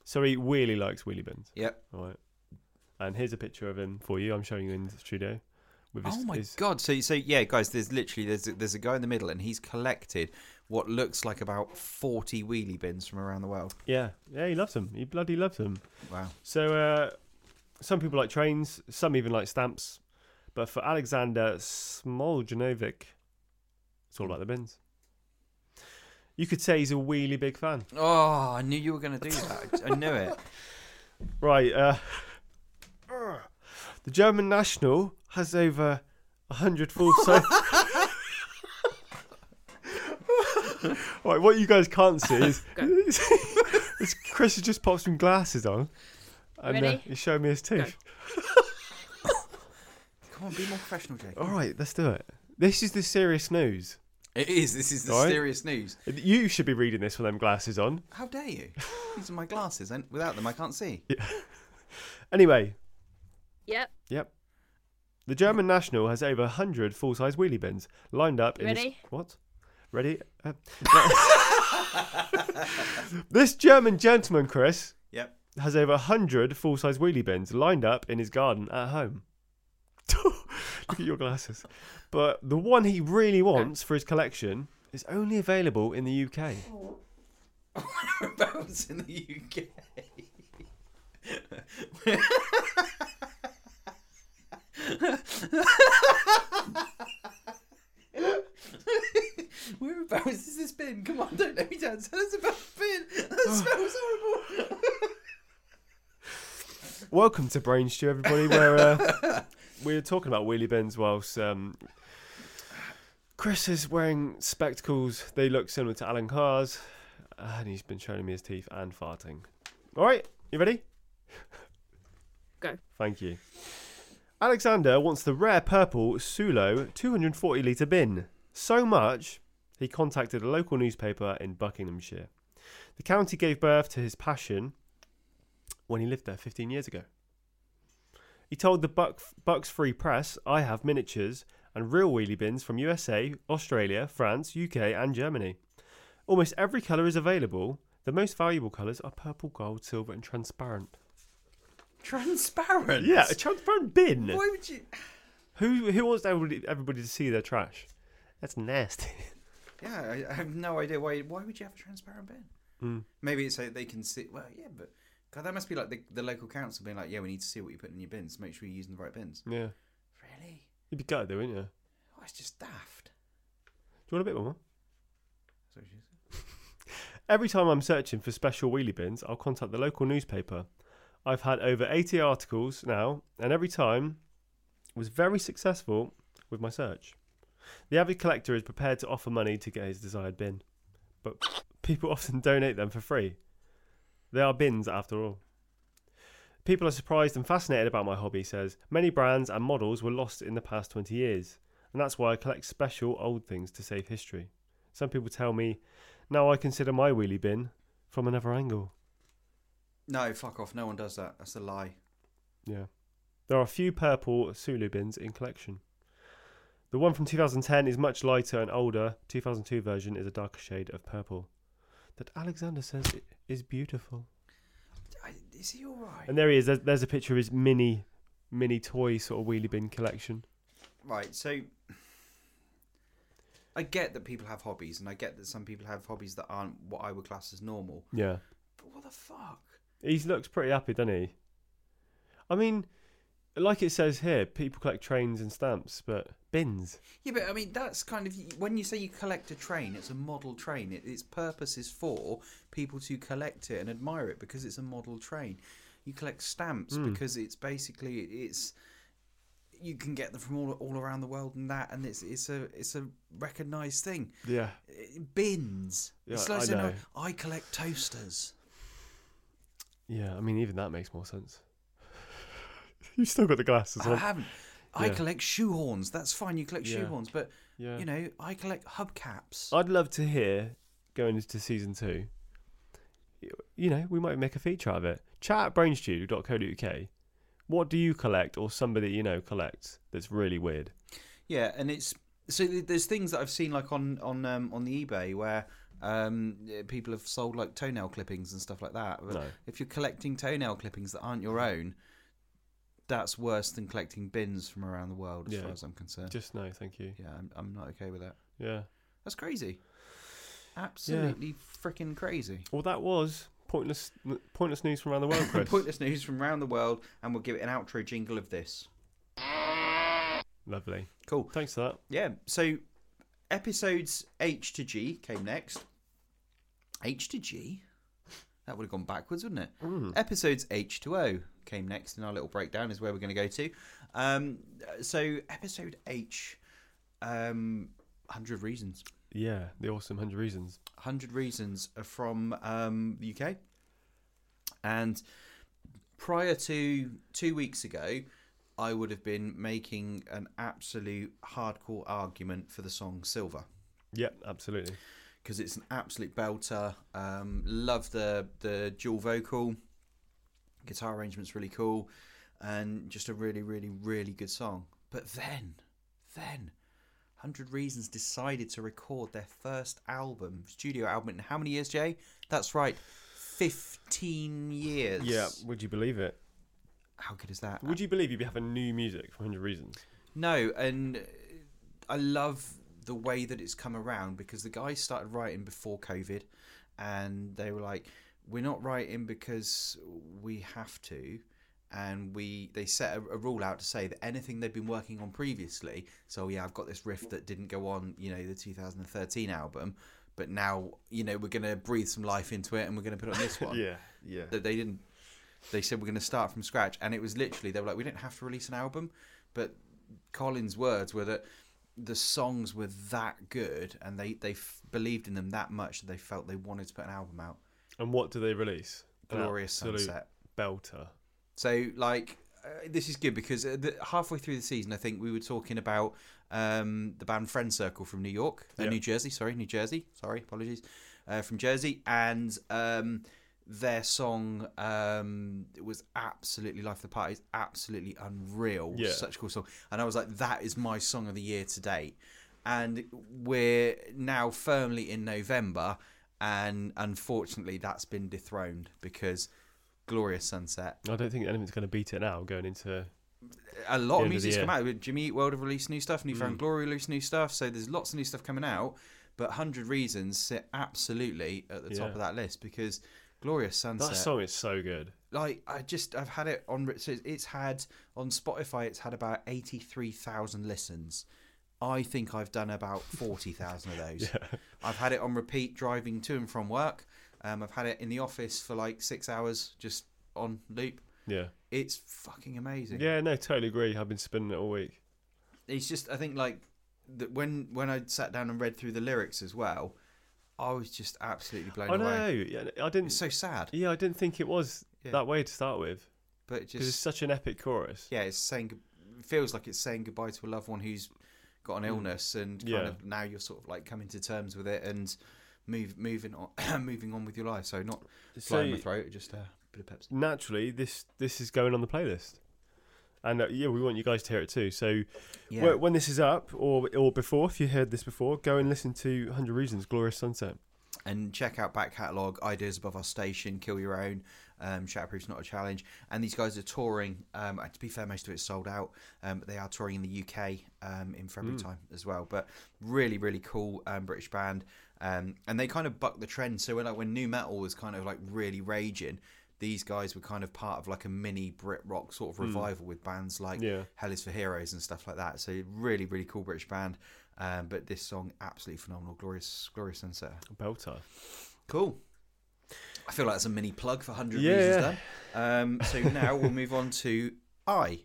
S2: So he really likes wheelie bins.
S3: Yep.
S2: All right. And here's a picture of him for you. I'm showing you in the studio. With his,
S3: oh my
S2: his-
S3: god. So so yeah, guys. There's literally there's a, there's a guy in the middle, and he's collected what looks like about 40 wheelie bins from around the world.
S2: Yeah. Yeah. He loves them. He bloody loves them.
S3: Wow.
S2: So uh, some people like trains, some even like stamps. But for Alexander Smoljanovic, it's all about the bins. You could say he's a really big fan.
S3: Oh, I knew you were going to do that. I I knew it.
S2: Right. Uh, the German national has over 100 full size. right, what you guys can't see is, is Chris has just popped some glasses on and uh,
S5: Ready?
S2: he's showing me his tooth.
S3: Come on, be more professional, Jake.
S2: All right, let's do it. This is the serious news.
S3: It is. This is the
S2: All right.
S3: serious news.
S2: You should be reading this with them glasses on.
S3: How dare you? These are my glasses, and without them, I can't see.
S2: Anyway,
S5: Yep.
S2: yep. The German national has over 100 full size wheelie bins lined up in. his-
S5: Ready?
S2: what? Ready? Uh, this German gentleman, Chris,
S3: Yep.
S2: has over 100 full size wheelie bins lined up in his garden at home. Look at your glasses. But the one he really wants for his collection is only available in the UK.
S3: Whereabouts in the UK? Whereabouts has this been? Come on, don't let me down. Tell us about the bin. That smells horrible.
S2: Welcome to Brain Stew, everybody. Where uh, we're talking about wheelie bins whilst um, Chris is wearing spectacles. They look similar to Alan Carr's, and he's been showing me his teeth and farting. All right, you ready?
S5: Go.
S2: Thank you. Alexander wants the rare purple Sulo 240 litre bin. So much, he contacted a local newspaper in Buckinghamshire. The county gave birth to his passion when he lived there 15 years ago. He told the Buck, Bucks Free Press, I have miniatures and real wheelie bins from USA, Australia, France, UK, and Germany. Almost every colour is available. The most valuable colours are purple, gold, silver, and transparent.
S3: Transparent.
S2: Yeah, a transparent bin.
S3: Why would you?
S2: Who who wants everybody, everybody to see their trash? That's nasty.
S3: Yeah, I, I have no idea why. Why would you have a transparent bin?
S2: Hmm.
S3: Maybe it's so they can see. Well, yeah, but God, that must be like the, the local council being like, "Yeah, we need to see what you put in your bins. Make sure you're using the right bins."
S2: yeah,
S3: Really?
S2: you'd be gutted, though, wouldn't you?
S3: Oh, it's just daft.
S2: Do you want a bit more?
S3: That's what she said.
S2: Every time I'm searching for special wheelie bins, I'll contact the local newspaper. I've had over 80 articles now, and every time was very successful with my search. The avid collector is prepared to offer money to get his desired bin, but people often donate them for free. They are bins after all. People are surprised and fascinated about my hobby, he says. Many brands and models were lost in the past 20 years, and that's why I collect special old things to save history. Some people tell me now I consider my wheelie bin from another angle.
S3: No, fuck off. No one does that. That's a lie.
S2: Yeah. There are a few purple Sulu bins in collection. The one from 2010 is much lighter and older. 2002 version is a darker shade of purple. That Alexander says i- is beautiful.
S3: I, is he all right?
S2: And there he is. There's, there's a picture of his mini, mini toy sort of wheelie bin collection.
S3: Right. So, I get that people have hobbies, and I get that some people have hobbies that aren't what I would class as normal.
S2: Yeah.
S3: But what the fuck?
S2: He looks pretty happy, doesn't he? I mean, like it says here, people collect trains and stamps, but bins.
S3: Yeah, but I mean, that's kind of when you say you collect a train, it's a model train. It, its purpose is for people to collect it and admire it because it's a model train. You collect stamps
S2: Hmm.
S3: because it's basically it's you can get them from all all around the world and that, and it's it's a it's a recognised thing.
S2: Yeah.
S3: Eh, Bins.
S2: Yeah,
S3: it's like
S2: I
S3: saying, "Oh,
S2: know.
S3: I collect toasters.
S2: Yeah, I mean, even that makes more sense. You've still got the glasses
S3: I
S2: on.
S3: haven't. I
S2: Yeah.
S3: collect shoehorns. That's fine. You collect
S2: Yeah.
S3: shoehorns, but
S2: Yeah.
S3: you know, I collect hubcaps.
S2: I'd love to hear going into season two. y- You know, we might make a feature out of it. Chat at brainstew.co.uk. What do you collect, or somebody you know collects that's really weird?
S3: Yeah, and it's so th- there's things that I've seen like on on um, on the eBay where um, eh, people have sold like toenail clippings and stuff like that. But
S2: No.
S3: If you're collecting toenail clippings that aren't your own, that's worse than collecting bins from around the world, as
S2: Yeah.
S3: far as I'm concerned.
S2: Just no, thank you.
S3: yeah, I'm, I'm not okay with that.
S2: Yeah.
S3: That's crazy. Absolutely freaking crazy.
S2: Well, that was pointless. Pointless news from around the world, Chris.
S3: Pointless news from around the world, and we'll give it an outro jingle of this.
S2: Lovely.
S3: Cool.
S2: Thanks for that.
S3: yeah so episodes h to g came next h to g that would have gone backwards wouldn't it episodes h to o came next and our little breakdown is where we're going to go to um, so episode h um, 100 reasons
S2: Yeah, the awesome hundred reasons.
S3: 100 reasons are from um, the uk and prior to two weeks ago i would have been making an absolute hardcore argument for the song silver
S2: Yep, absolutely.
S3: because it's an absolute belter. Um, love the the dual vocal, guitar arrangement's really cool, and just a really, really, really good song. But then, then, Hundred Reasons decided to record their first album, studio album, in how many years, Jay? That's right, fifteen years.
S2: Yeah, would you believe it?
S3: Ah. How good is that?
S2: Would you believe you'd be having new music for hundred reasons?
S3: No, and uh, I love the way that it's come around because the guys started writing before COVID, and they were like, "We're not writing because we have to." And we they set a, a rule out to say that anything they've been working on previously. So "Oh, yeah, I've got this riff that didn't go on, you know, the 2013 album, but now you know we're gonna breathe some life into it, and we're gonna put it on this one
S2: Yeah, yeah.
S3: that they didn't they said we're going to start from scratch and it was literally they were like we didn't have to release an album but colin's words were that the songs were that good and they they f- believed in them that much that they felt they wanted to put an album out
S2: And what do they release? An
S3: glorious
S2: absolute
S3: sunset
S2: belter.
S3: so like uh, this is good because uh, the, halfway through the season i think we were talking about um, the band friend circle from new york uh,
S2: Yeah.
S3: new jersey sorry new jersey sorry apologies uh, from jersey and um, their song um, it was absolutely life of the party is absolutely unreal
S2: Yeah.
S3: such a cool song and i was like that is my song of the year to date and we're now firmly in november and unfortunately that's been dethroned because glorious sunset
S2: I don't think anything's going to beat it now. Going into
S3: a lot
S2: the end
S3: of
S2: of
S3: music's
S2: the
S3: come
S2: year. Hmm.
S3: out. With Jimmy Eat World have released new stuff, New Found Glory released new stuff. So there's lots of new stuff coming out. But 100 Reasons sit absolutely at the top
S2: Yeah.
S3: of that list because Glorious
S2: that
S3: Sunset.
S2: song is so good.
S3: like, I just, I've had it on, so it's- it's had, on Spotify, it's had about 83,000 listens. I think I've done about 40,000 of those. I've had it on repeat driving to and from work. Um, I've had it in the office for like six hours just on loop.
S2: Yeah,
S3: It's fucking amazing.
S2: yeah. No, totally agree. I've been spinning it all week.
S3: it's just I think like that when when I sat down and read through the lyrics as well, I was just absolutely blown
S2: I know.
S3: away.
S2: Yeah, I didn't.
S3: It's so sad,
S2: yeah, I didn't think it was
S3: Yeah.
S2: that way to start with
S3: but it
S2: because it's
S3: just
S2: such an epic chorus.
S3: yeah, it's saying it feels like it's saying goodbye to a loved one who's got an illness and kind
S2: Mm. Yeah.
S3: of now you're sort of like coming to terms with it and move moving on moving on with your life. So not flying my
S2: So-
S3: throat, just a bit of Pepsi.
S2: Naturally, this this is going on the playlist, and uh, yeah, we want you guys to hear it too. So
S3: Yeah.
S2: Wh- When this is up, or or before, if you heard this before, go and listen to 100 Reasons, Glorious Sunset.
S3: and check out back catalogue ideas above our station kill your own um, shatterproof's not a challenge and these guys are touring um, and to be fair most of it's sold out um, but they are touring in the uk um, in february time as well but really really cool um, british band um, and they kind of buck the trend so when like when new metal was kind of like really raging these guys were kind of part of like a mini Brit rock sort of revival with bands like
S2: Yeah.
S3: Hell is for Heroes and stuff like that. So really, really cool British band. Um, but this song, absolutely phenomenal, glorious, glorious sunset.
S2: Belter.
S3: Cool. I feel like that's a mini plug for 100
S2: Yeah,
S3: Reasons
S2: yeah.
S3: Done. Um, so now we'll move on to I.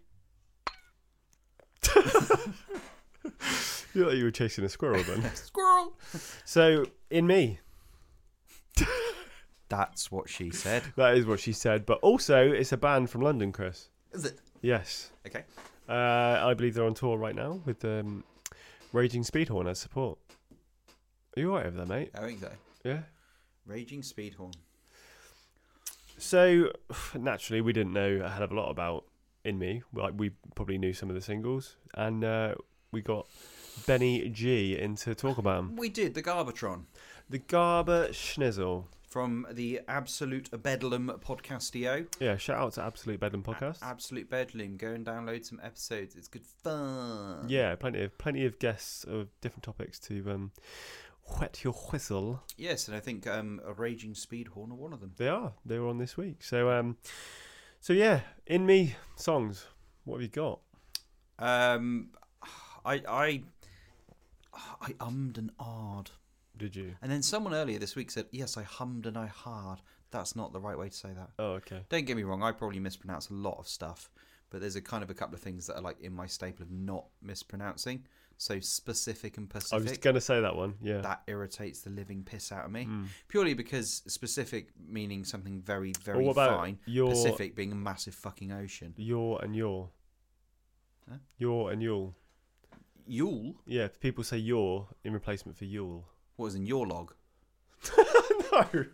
S2: You, you were chasing a squirrel then.
S3: Squirrel!
S2: so in me,
S3: That's what she said.
S2: that is what she said. But also, it's a band from London, Chris.
S3: Is it?
S2: Yes,
S3: Okay.
S2: uh, I believe they're on tour right now with um, Raging Speedhorn as support. Are you alright over there, mate?
S3: I think so.
S2: Yeah.
S3: Raging Speedhorn.
S2: So naturally, we didn't know a hell of a lot about in me. Like we probably knew some of the singles, and uh, we got Benny G into talk about 'em.
S3: We did the Garbatron
S2: the Garber Schnizzle.
S3: from the Absolute Bedlam podcastio.
S2: Yeah, shout out to Absolute Bedlam podcast.
S3: Absolute Bedlam. Go and download some episodes. It's good fun.
S2: yeah, plenty of plenty of guests of different topics to um, whet your whistle.
S3: Yes, and I think um, a Raging Speedhorn are one of them.
S2: They are. They were on this week. So um, so yeah, in me songs. What have you got?
S3: Um, I, I, I ummed and ahed.
S2: Did you?
S3: And then someone earlier this week said, "Yes, I hummed and I hard." That's not the right way to say that.
S2: Oh, okay.
S3: Don't get me wrong; I probably mispronounce a lot of stuff, but there's a kind of a couple of things that are like in my staple of not mispronouncing. So specific and
S2: I
S3: Pacific.
S2: was gonna Mm. say that one. Yeah. Hmm.
S3: that eh? irritates the living piss out of me purely because specific meaning something very very
S2: what about
S3: fine
S2: your-
S3: pacific being a massive fucking ocean
S2: Your and your.
S3: Huh?
S2: Your and you'll.
S3: yule
S2: Yeah, people say your in replacement for you'll.
S3: what was in your log
S2: no.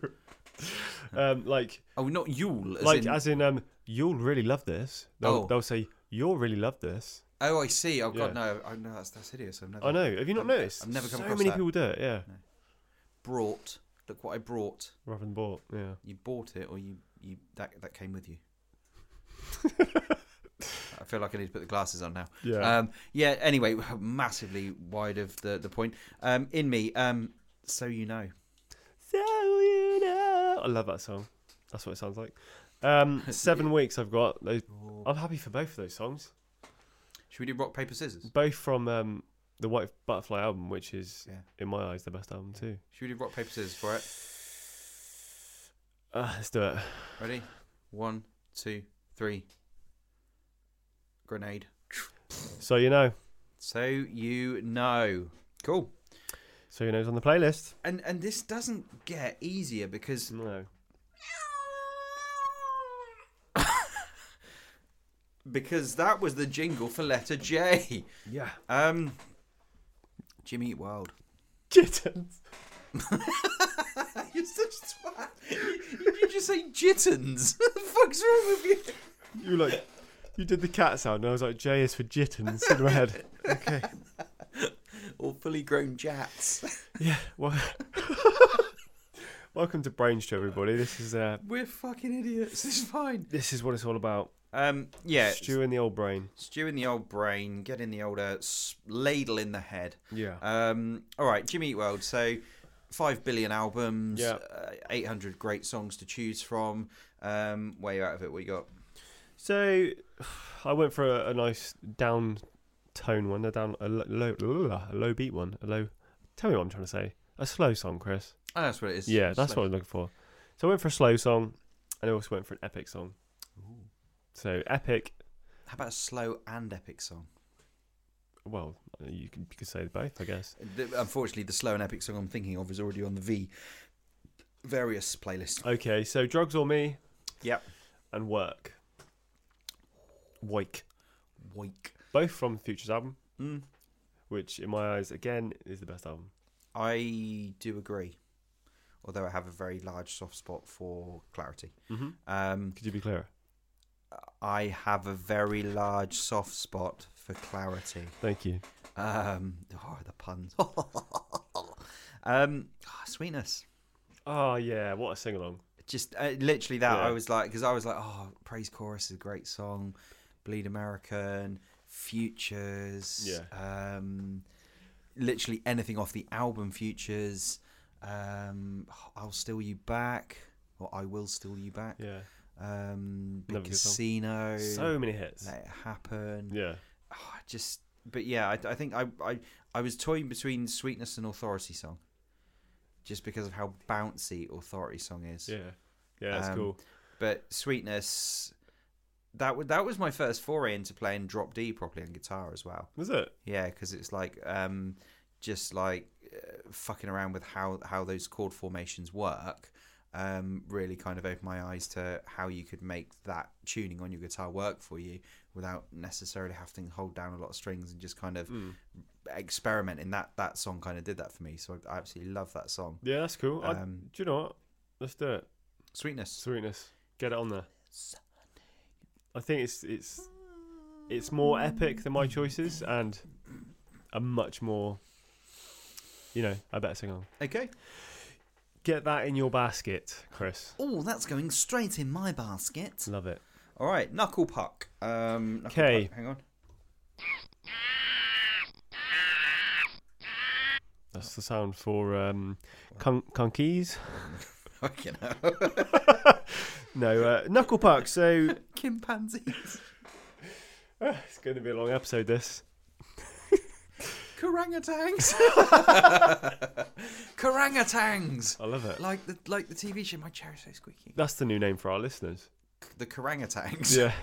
S2: um, like,
S3: oh not yule as
S2: like
S3: in-
S2: as in, um, you'll really love this. They'll,
S3: Oh.
S2: they'll say you'll really love this.
S3: oh i see oh
S2: Yeah.
S3: god no oh no that's that's hideous i've never
S2: I know. Have you not
S3: I've-
S2: noticed?
S3: I've never come
S2: so
S3: across
S2: many
S3: that.
S2: people do it. Yeah,
S3: brought look what i brought
S2: rather than bought. Yeah.
S3: you bought it or you you that that came with you I feel like I need to put the glasses on now.
S2: Yeah.
S3: Um, yeah. Anyway, massively wide of the the point. Um, in me. Um, so you know.
S2: So you know, I love that song. That's what it sounds like. Um, seven weeks I've got. Those, I'm happy for both of those songs.
S3: Should we do rock paper scissors?
S2: Both from um, the White Butterfly album, which is,
S3: Yeah.
S2: in my eyes, the best album too.
S3: Should we do rock paper scissors for it?
S2: Uh, let's do it.
S3: Ready? One, two, three. Grenade.
S2: So you know,
S3: So you know. Cool.
S2: so you know's on the playlist.
S3: And and this doesn't get easier because
S2: No,
S3: because that was the jingle for letter J.
S2: yeah,
S3: Um Jimmy Eat World.
S2: kittens.
S3: You're such a twat. You, you just say jittens. what the fuck's wrong with you?
S2: You were like, you did the cat sound, and I was like, J is for jittens in my head. Okay,
S3: Or fully grown jats.
S2: yeah. Well, welcome to Brains to everybody. This is uh,
S3: We're fucking idiots. It's fine.
S2: this is what it's all about.
S3: Um yeah.
S2: Stew in the old brain.
S3: Stew in the old brain, get in the old uh, s- ladle in the head.
S2: Yeah.
S3: Um, all right, Jimmy Eat World. So, five billion albums,
S2: Yeah.
S3: uh, eight hundred great songs to choose from. Um, way out of it, what you got?
S2: So, I went for a, a nice down tone one, a down a lo- low, a low beat one, a low. Tell me what I'm trying to say. A slow song, Chris.
S3: Oh, that's what it is.
S2: Yeah, that's what I'm looking for. So I went for a slow song, and I also went for an epic song. So epic.
S3: How about a slow and epic song?
S2: Well, you can you could say both, I guess.
S3: The- unfortunately, the slow and epic song I'm thinking of is already on the V various playlist.
S2: Okay, so drugs or me,
S3: Yep.
S2: and work. Woik.
S3: Weak.
S2: Both from Future's album,
S3: Mm.
S2: which in my eyes again is the best album.
S3: I do agree, although I have a very large soft spot for clarity.
S2: Mm-hmm.
S3: Um,
S2: Could you be clearer?
S3: I have a very large soft spot for clarity.
S2: Thank you.
S3: Um, oh, the puns. um, ah, sweetness.
S2: Oh yeah, what a sing along.
S3: Just uh, literally that.
S2: Yeah.
S3: I was like, because I was like, oh, Praise Chorus is a great song. Bleed American, Futures. Um, literally anything off the album Futures. Um, I'll steal you back, or I will steal you back.
S2: Yeah.
S3: um, Big
S2: Another good song.
S3: Casino,
S2: So many hits.
S3: Let It Happen.
S2: Yeah.
S3: Oh, I just, but yeah, I, I think I, I I was toying between Sweetness and Authority song, just because of how bouncy Authority song is.
S2: Yeah. Yeah, that's
S3: Um,
S2: cool.
S3: But Sweetness, that wa- that was my first foray into playing Drop D properly on guitar as well.
S2: Was it?
S3: Yeah, because it's like um, just like uh, fucking around with how how those chord formations work. Um, really kind of opened my eyes to how you could make that tuning on your guitar work for you without necessarily having to hold down a lot of strings and just kind of
S2: Mm.
S3: experimenting. That that song kind of did that for me, so I, I absolutely love that song.
S2: Yeah, that's cool. I, do
S3: Um,
S2: you know what? Let's do it.
S3: Sweetness.
S2: Sweetness. Get it on there. I think it's it's it's more epic than my choices and a much more you know, I better sing along.
S3: Okay.
S2: Get that in your basket, Chris.
S3: Oh, that's going straight in my basket.
S2: Love it.
S3: All right, Knuckle Puck. Um, Knuckle
S2: Okay.
S3: Puck, Hang on.
S2: That's the sound for um con- conkeys.
S3: Fucking hell.
S2: No, uh, knuckle puck. So ah,
S3: Chimpanzees.
S2: it's going to be a long episode. This
S3: Karangatangs. Karangatangs.
S2: I love it.
S3: Like the like the TV show. My chair is so squeaky.
S2: That's the new name for our listeners.
S3: The Karangatangs.
S2: Yeah,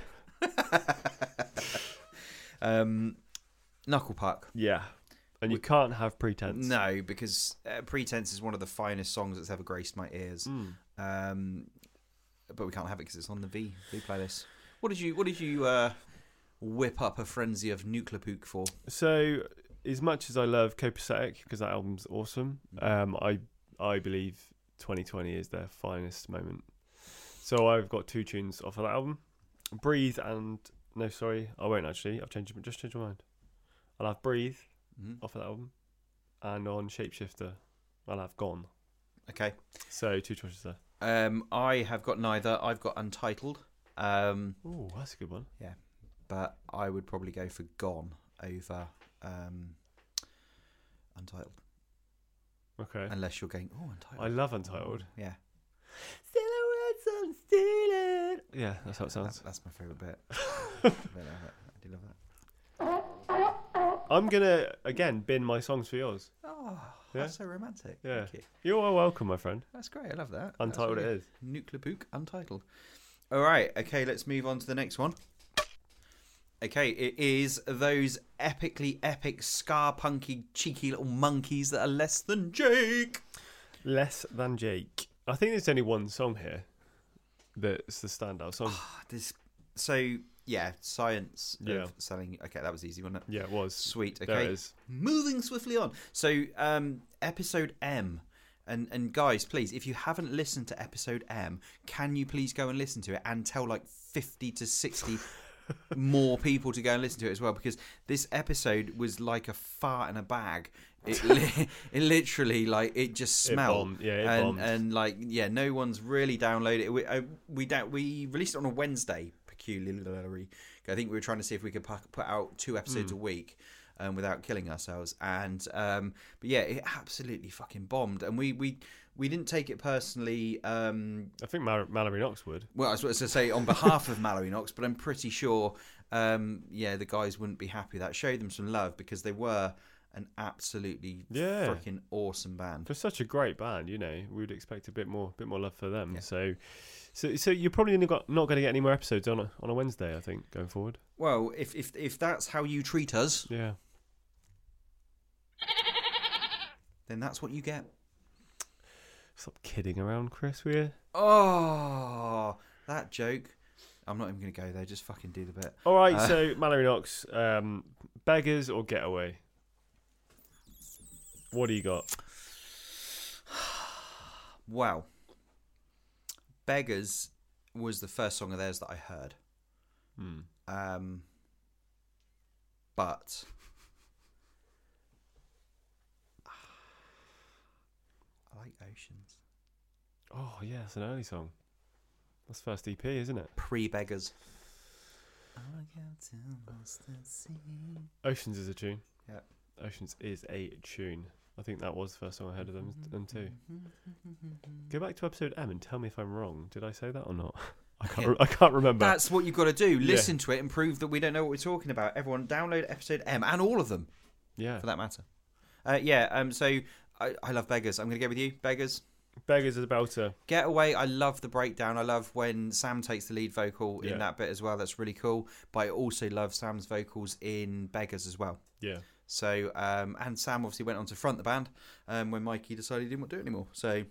S3: Um, Knuckle Puck.
S2: yeah. And you can't have pretense.
S3: No, because uh, Pretense is one of the finest songs that's ever graced my ears.
S2: Hmm. Mm.
S3: Um, but we can't have it because it's on the V V playlist. What did you What did you uh, whip up a frenzy of nuclear pook for?
S2: So, as much as I love Copacetic because that album's awesome, um, I I believe 2020 is their finest moment. So I've got two tunes off of that album, Breathe and no, sorry, I won't actually. I've changed, just changed my mind. I'll have Breathe
S3: Mhm.
S2: off of that album, and on Shapeshifter, I'll have Gone.
S3: Okay.
S2: So two choices there.
S3: Um, I have got neither. I've got Untitled. Um,
S2: Oh, that's a good one.
S3: but I would probably go for Gone over um, Untitled,
S2: Okay.
S3: unless you're going. Oh, Untitled.
S2: I love Untitled.
S3: Yeah,
S2: Yeah, that's how it
S3: that,
S2: sounds.
S3: that's my favourite bit. I love it. I do love that.
S2: I'm gonna again bin my songs for yours.
S3: Oh,
S2: Yeah?
S3: that's so romantic.
S2: Yeah.
S3: Thank you.
S2: You are welcome, my friend.
S3: That's great. I love that. That's
S2: Untitled
S3: really
S2: it
S3: good.
S2: is.
S3: Nuclear Book Untitled. All right, okay, let's move on to the next one. Okay, it is those epically epic, scar punky, cheeky little monkeys that are less than Jake.
S2: Less than Jake. I think there's only one song here that's the standout song.
S3: Ah, This, so yeah, science
S2: Yeah.
S3: of selling. Okay, that was easy, wasn't it?
S2: yeah, it was.
S3: Sweet.
S2: There it
S3: Okay,
S2: is.
S3: moving swiftly on. So, um, episode M. And, and guys, please, if you haven't listened to episode M, can you please go and listen to it and tell like 50 to 60 more people to go and listen to it as well? Because this episode was like a fart in a bag. It, li- it literally, like, it just
S2: It
S3: smelled.
S2: bombed. Yeah, it
S3: and,
S2: bombed.
S3: and, like, yeah, no one's really downloaded it. We, uh, we, down we released it on a Wednesday, peculiarly. I think we were trying to see if we could pu- put out two
S2: Hmm.
S3: episodes a week um, without killing ourselves. And um, but yeah, it absolutely fucking bombed. And we we we didn't take it personally. Um,
S2: I think Mar- Mallory Knox would.
S3: well, I was supposed to say on behalf of Mallory Knox, but I'm pretty sure, um, yeah, the guys wouldn't be happy with that. Show them some love because they were an absolutely
S2: Yeah.
S3: freaking awesome band.
S2: They're such a great band, you know. We'd expect a bit more, bit more love for them. So, so, so you're probably not got- not going to get any more episodes on a, on a Wednesday, I think, going forward.
S3: Well, if if if that's how you treat us,
S2: Yeah.
S3: then that's what you get.
S2: Stop kidding around, Chris. We're
S3: Oh, that joke. I'm not even going to go there. Just fucking do the bit.
S2: all right. so Mallory Knox, um, beggars or getaway. What do you got?
S3: Wow. Beggars was the first song of theirs that I heard.
S2: Hmm.
S3: Um, but I like Oceans.
S2: Oh yeah, it's an early song. That's first EP, isn't it?
S3: Pre Beggars.
S2: Oceans is a tune.
S3: Yeah.
S2: Oceans is a tune. I think that was the first song I heard of
S3: Mm-hmm.
S2: them, them too. Go back to episode M and tell me if I'm wrong. Did I say that or not? I can't. re- I can't remember.
S3: That's what you've got to do. Listen to it and prove that we don't know what we're talking about. Everyone, download episode M and all of them
S2: yeah,
S3: for that matter. Uh, yeah. Um. So I, I love beggars. I'm going to go with you, beggars.
S2: beggars is about to.
S3: Getaway, I love the breakdown. I love when Sam takes the lead vocal
S2: Yeah.
S3: in that bit as well. That's really cool. But I also love Sam's vocals in Beggars as well.
S2: Yeah,
S3: So, um, and Sam obviously went on to front the band um, when Mikey decided he didn't want to do it anymore. So,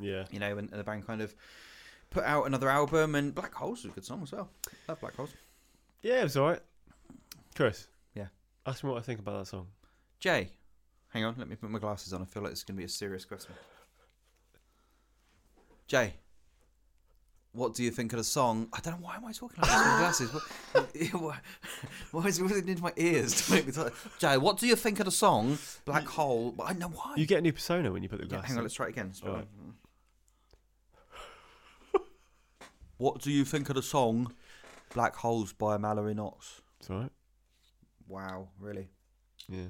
S2: yeah.
S3: you know, and, and the band kind of put out another album, and Black Holes was a good song as well. Love Black Holes.
S2: Yeah, it was alright. Chris.
S3: Yeah.
S2: Ask me what I think about that song.
S3: Jay, hang on, let me put my glasses on. I feel like this is going to be a serious question. Jay, what do you think of the song? I don't know why am I talking like this with my glasses. What, why- why is it what's it into my ears to make me talk? Jay, what do you think of the song Black Hole? But I know why.
S2: You get a new persona when you put the
S3: Yeah,
S2: glasses.
S3: hang on,
S2: on.
S3: let's try it again. Let's try it
S2: Alright.
S3: again. what do you think of the song Black Holes by Mallory Knox?
S2: It's alright.
S3: Wow, really?
S2: Yeah.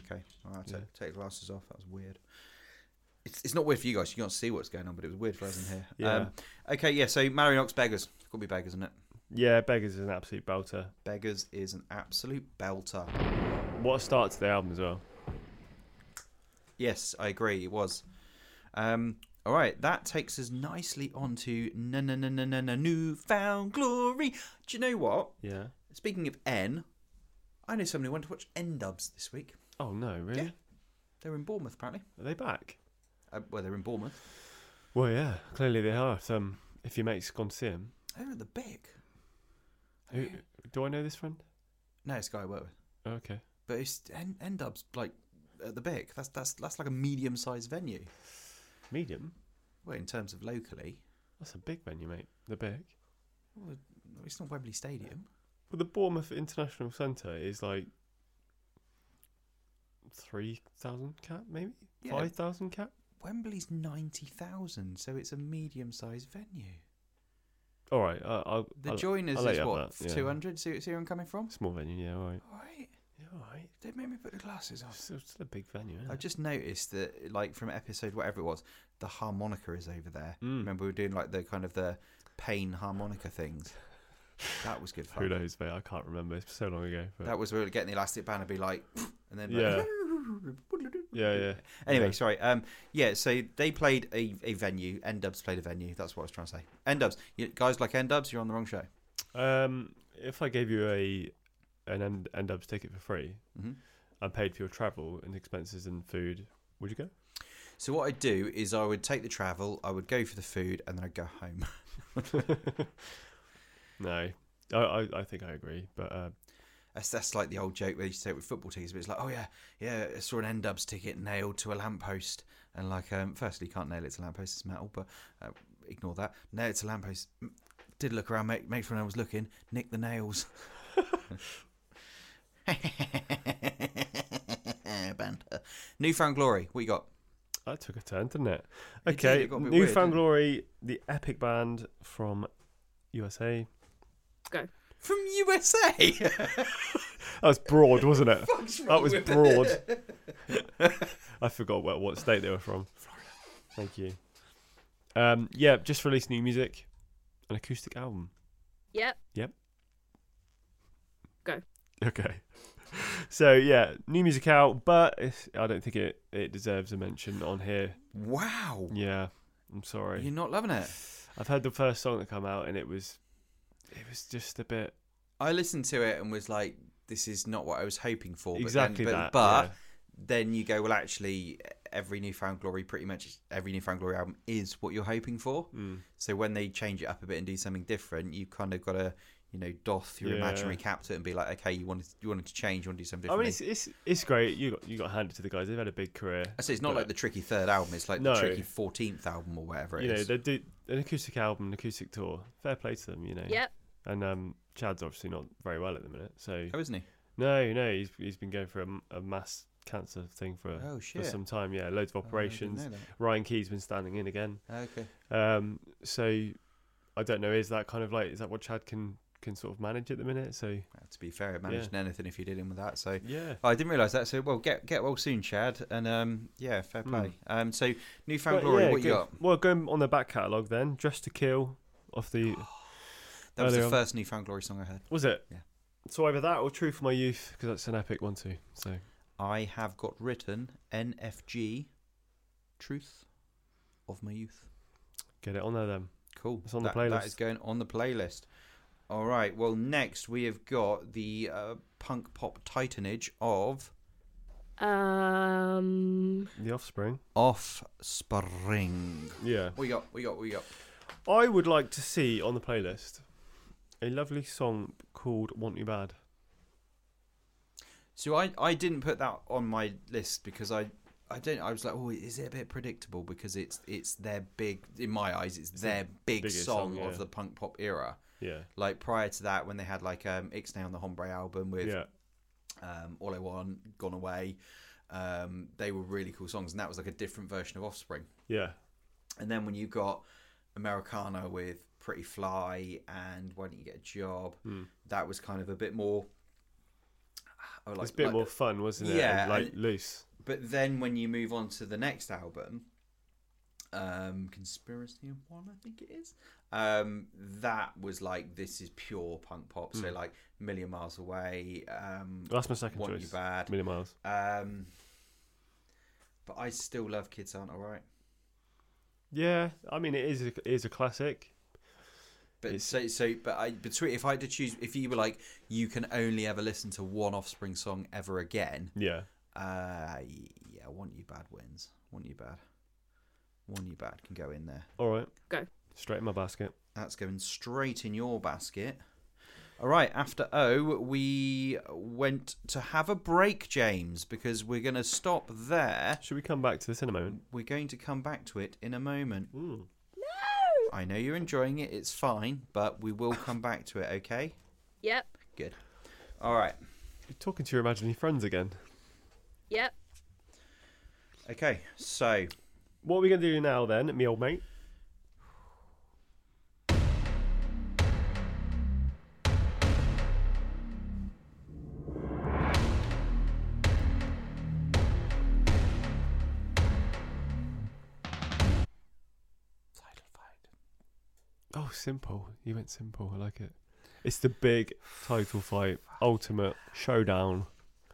S3: Okay, all right,
S2: Yeah.
S3: take, take the glasses off. That was weird. It's, it's not weird for you guys. You can't see what's going on, but it was weird for us in here. Um, okay, yeah. So Mary Knox beggars. It's got to be beggars, isn't it?
S2: Yeah, beggars is an absolute belter.
S3: Beggars is an absolute belter.
S2: What a start to the album as well.
S3: Yes, I agree. It was. Um, all right, that takes us nicely on to na na na na na na newfound glory. Do you know what?
S2: Yeah.
S3: Speaking of N, I know somebody who went to watch N Dubs this week.
S2: Oh no, really?
S3: Yeah. They're in Bournemouth apparently.
S2: Are they back?
S3: Uh, well, they're in Bournemouth.
S2: Well, yeah. Clearly they are. If, um, if your mate's gone to see him,
S3: They're at the big.
S2: who, do I know this friend?
S3: No, it's a guy I work with.
S2: Oh, okay.
S3: But it's N, N Dub's like at the big. That's that's that's like a medium sized venue.
S2: Medium.
S3: Well, in terms of locally,
S2: That's a big venue, mate. The big.
S3: well, it's not Wembley Stadium.
S2: Well, the Bournemouth International Centre is like three thousand cap, maybe
S3: Yeah.
S2: five thousand cap.
S3: Wembley's ninety thousand, so it's a medium sized venue.
S2: All right. Uh, I'll,
S3: The
S2: I'll,
S3: joiners
S2: I'll let
S3: is
S2: you have
S3: what
S2: that, yeah.
S3: two hundred. See, see where I'm coming from?
S2: small venue. Yeah. All right.
S3: All right,
S2: Yeah. All right.
S3: don't make me put the glasses on.
S2: Still, still a big venue. Isn't
S3: I
S2: it?
S3: just noticed that, like from episode whatever it was, the harmonica is over there.
S2: Mm.
S3: Remember we were doing like the kind of the pain harmonica things. That was good fun.
S2: Who knows, mate? I can't remember. It's so long ago. But
S3: That was really getting the elastic band and be like, and then like,
S2: Yeah. yeah, yeah.
S3: Anyway,
S2: Yeah.
S3: sorry. Um, yeah. So they played a, a venue. N Dubs played a venue. That's what I was trying to say. N Dubs, you guys like N Dubs, you're on the wrong show.
S2: Um, if I gave you a an end, end ups ticket for free
S3: Mhm.
S2: and paid for your travel and expenses and food, would you go?
S3: So what I'd do is I would take the travel, I would go for the food, and then I'd go home.
S2: no, I, I, I think I agree. But uh,
S3: That's, that's like the old joke where you say it with football tickets, but it's like, oh yeah, yeah, I saw an N Dubs ticket nailed to a lamppost, and like, um, firstly, you can't nail it to a lamppost, it's metal, but uh, ignore that. Nail it to a lamppost. Mm, Did look around, make make sure no one was looking. Nick the nails. Banter. Newfound glory. What you got?
S2: that took a turn, didn't it?
S3: It did,
S2: Okay,
S3: it got a bit weird,
S2: Newfound
S3: didn't it?
S2: Glory, the epic band from USA.
S3: From USA.
S2: That was broad, wasn't it?
S3: What's
S2: That
S3: wrong
S2: was
S3: with it?
S2: broad. I forgot what, what state they were from. Thank you. Um, yeah, just released new music, an acoustic album.
S5: Yep.
S2: Okay. So yeah, new music out, but it's, I don't think it, it deserves a mention on here.
S3: Wow.
S2: Yeah, I'm sorry.
S3: You're not loving it.
S2: I've heard the first song that come out, and it was it was just a bit
S3: I listened to it and was like, this is not what I was hoping for. But
S2: exactly
S3: then, but,
S2: that.
S3: But
S2: yeah.
S3: then you go, well, actually, every Newfound Glory, pretty much every Newfound Glory album is what you're hoping for.
S2: Mm.
S3: So when they change it up a bit and do something different, you kind of got to, you know, doff your
S2: Yeah.
S3: imaginary cap to it and be like, okay, you wanted you wanted to change, you want to do something
S2: I mean,
S3: different.
S2: it's, it's it's great. You got you got handed to the guys. They've had a big career.
S3: I say it's not
S2: but-
S3: like the tricky third album; it's like
S2: No.
S3: the tricky fourteenth album or whatever it
S2: You know,
S3: is.
S2: they do an acoustic album, an acoustic tour. Fair play to them. You know.
S5: Yep.
S2: And um, Chad's obviously not very well at the minute. So
S3: Oh, isn't he?
S2: no, no, he's he's been going for a, m- a mass cancer thing for
S3: Oh
S2: for
S3: shit!
S2: some time. Yeah, loads of
S3: Oh, I didn't
S2: operations.
S3: know
S2: Ryan Key's been standing in again.
S3: that. Okay.
S2: Um, so I don't know. Is that kind of like is that what Chad can can sort of manage at the minute? So
S3: Well, to be fair, it managed anything if you did him with that. So
S2: yeah,
S3: I didn't realise that. So well, get get well soon, Chad. And um, yeah, fair play. Um, so Newfound
S2: But
S3: Glory,
S2: Hmm. yeah,
S3: what you
S2: go-
S3: got? Oh,
S2: Well, going on the back catalogue then, Dress to Kill off the
S3: That was
S2: Early
S3: the
S2: on.
S3: first Newfound Glory song I heard.
S2: Was it?
S3: Yeah.
S2: So either that or True for My Youth, because that's an epic one too. So
S3: I have got written NFG, Truth of My Youth.
S2: get it on there then.
S3: Cool.
S2: It's on the
S3: That- That
S2: playlist.
S3: is going on the playlist. All right. Well, next we have got the uh, punk pop titanage of
S5: Um.
S2: The Offspring.
S3: Offspring.
S2: Yeah.
S3: What you got? What you got? What you got?
S2: I would like to see on the playlist a lovely song called "Want You Bad."
S3: So I, I didn't put that on my list because I I don't I was like oh is it a bit predictable because it's it's their big in my eyes it's their big
S2: biggest
S3: song,
S2: song,
S3: of
S2: yeah.
S3: the punk pop era
S2: Yeah.
S3: like prior to that when they had like um Ixnay on the Hombre album with
S2: Yeah.
S3: um, All I Want, Gone Away. Um, they were really cool songs, and that was like a different version of Offspring.
S2: Yeah.
S3: And then when you got Americana with Pretty Fly and Why Don't You Get a Job,
S2: Hmm.
S3: that was kind of a bit more. I would
S2: it's a
S3: like-
S2: bit
S3: like-
S2: more fun, wasn't it?
S3: Yeah,
S2: And, like
S3: and-
S2: loose.
S3: But then when you move on to the next album, um, Conspiracy of One, I think it is. Um, that was like this is pure punk pop. So like Million Miles Away, um,
S2: That's my Hmm. second
S3: Want You
S2: choice.
S3: Bad.
S2: Million miles.
S3: Um, but I still love Kids Aren't Alright.
S2: Yeah. I mean, it is. A, it is a classic.
S3: But
S2: It's-
S3: so, so, but I between if I had to choose, if you were like, you can only ever listen to one Offspring song ever again.
S2: Yeah.
S3: Uh, yeah, Want You Bad wins. Want You Bad. Want You Bad can go in there.
S2: All right.
S5: Go.
S2: Straight in my basket.
S3: That's going straight in your basket. All right, after O, we went to have a break, James, because we're going to stop there.
S2: Should we come back to this in a moment?
S3: We're going to come back to it in a moment.
S2: Mm.
S3: I know you're enjoying it, it's fine, but we will come back to it, okay?
S5: Yep.
S3: Good. All right.
S2: You're talking to your imaginary friends again.
S5: Yep.
S3: Okay, so
S2: What are we going to do now then, me old mate? Oh, simple. You went simple. I like it. It's the big title fight, ultimate showdown,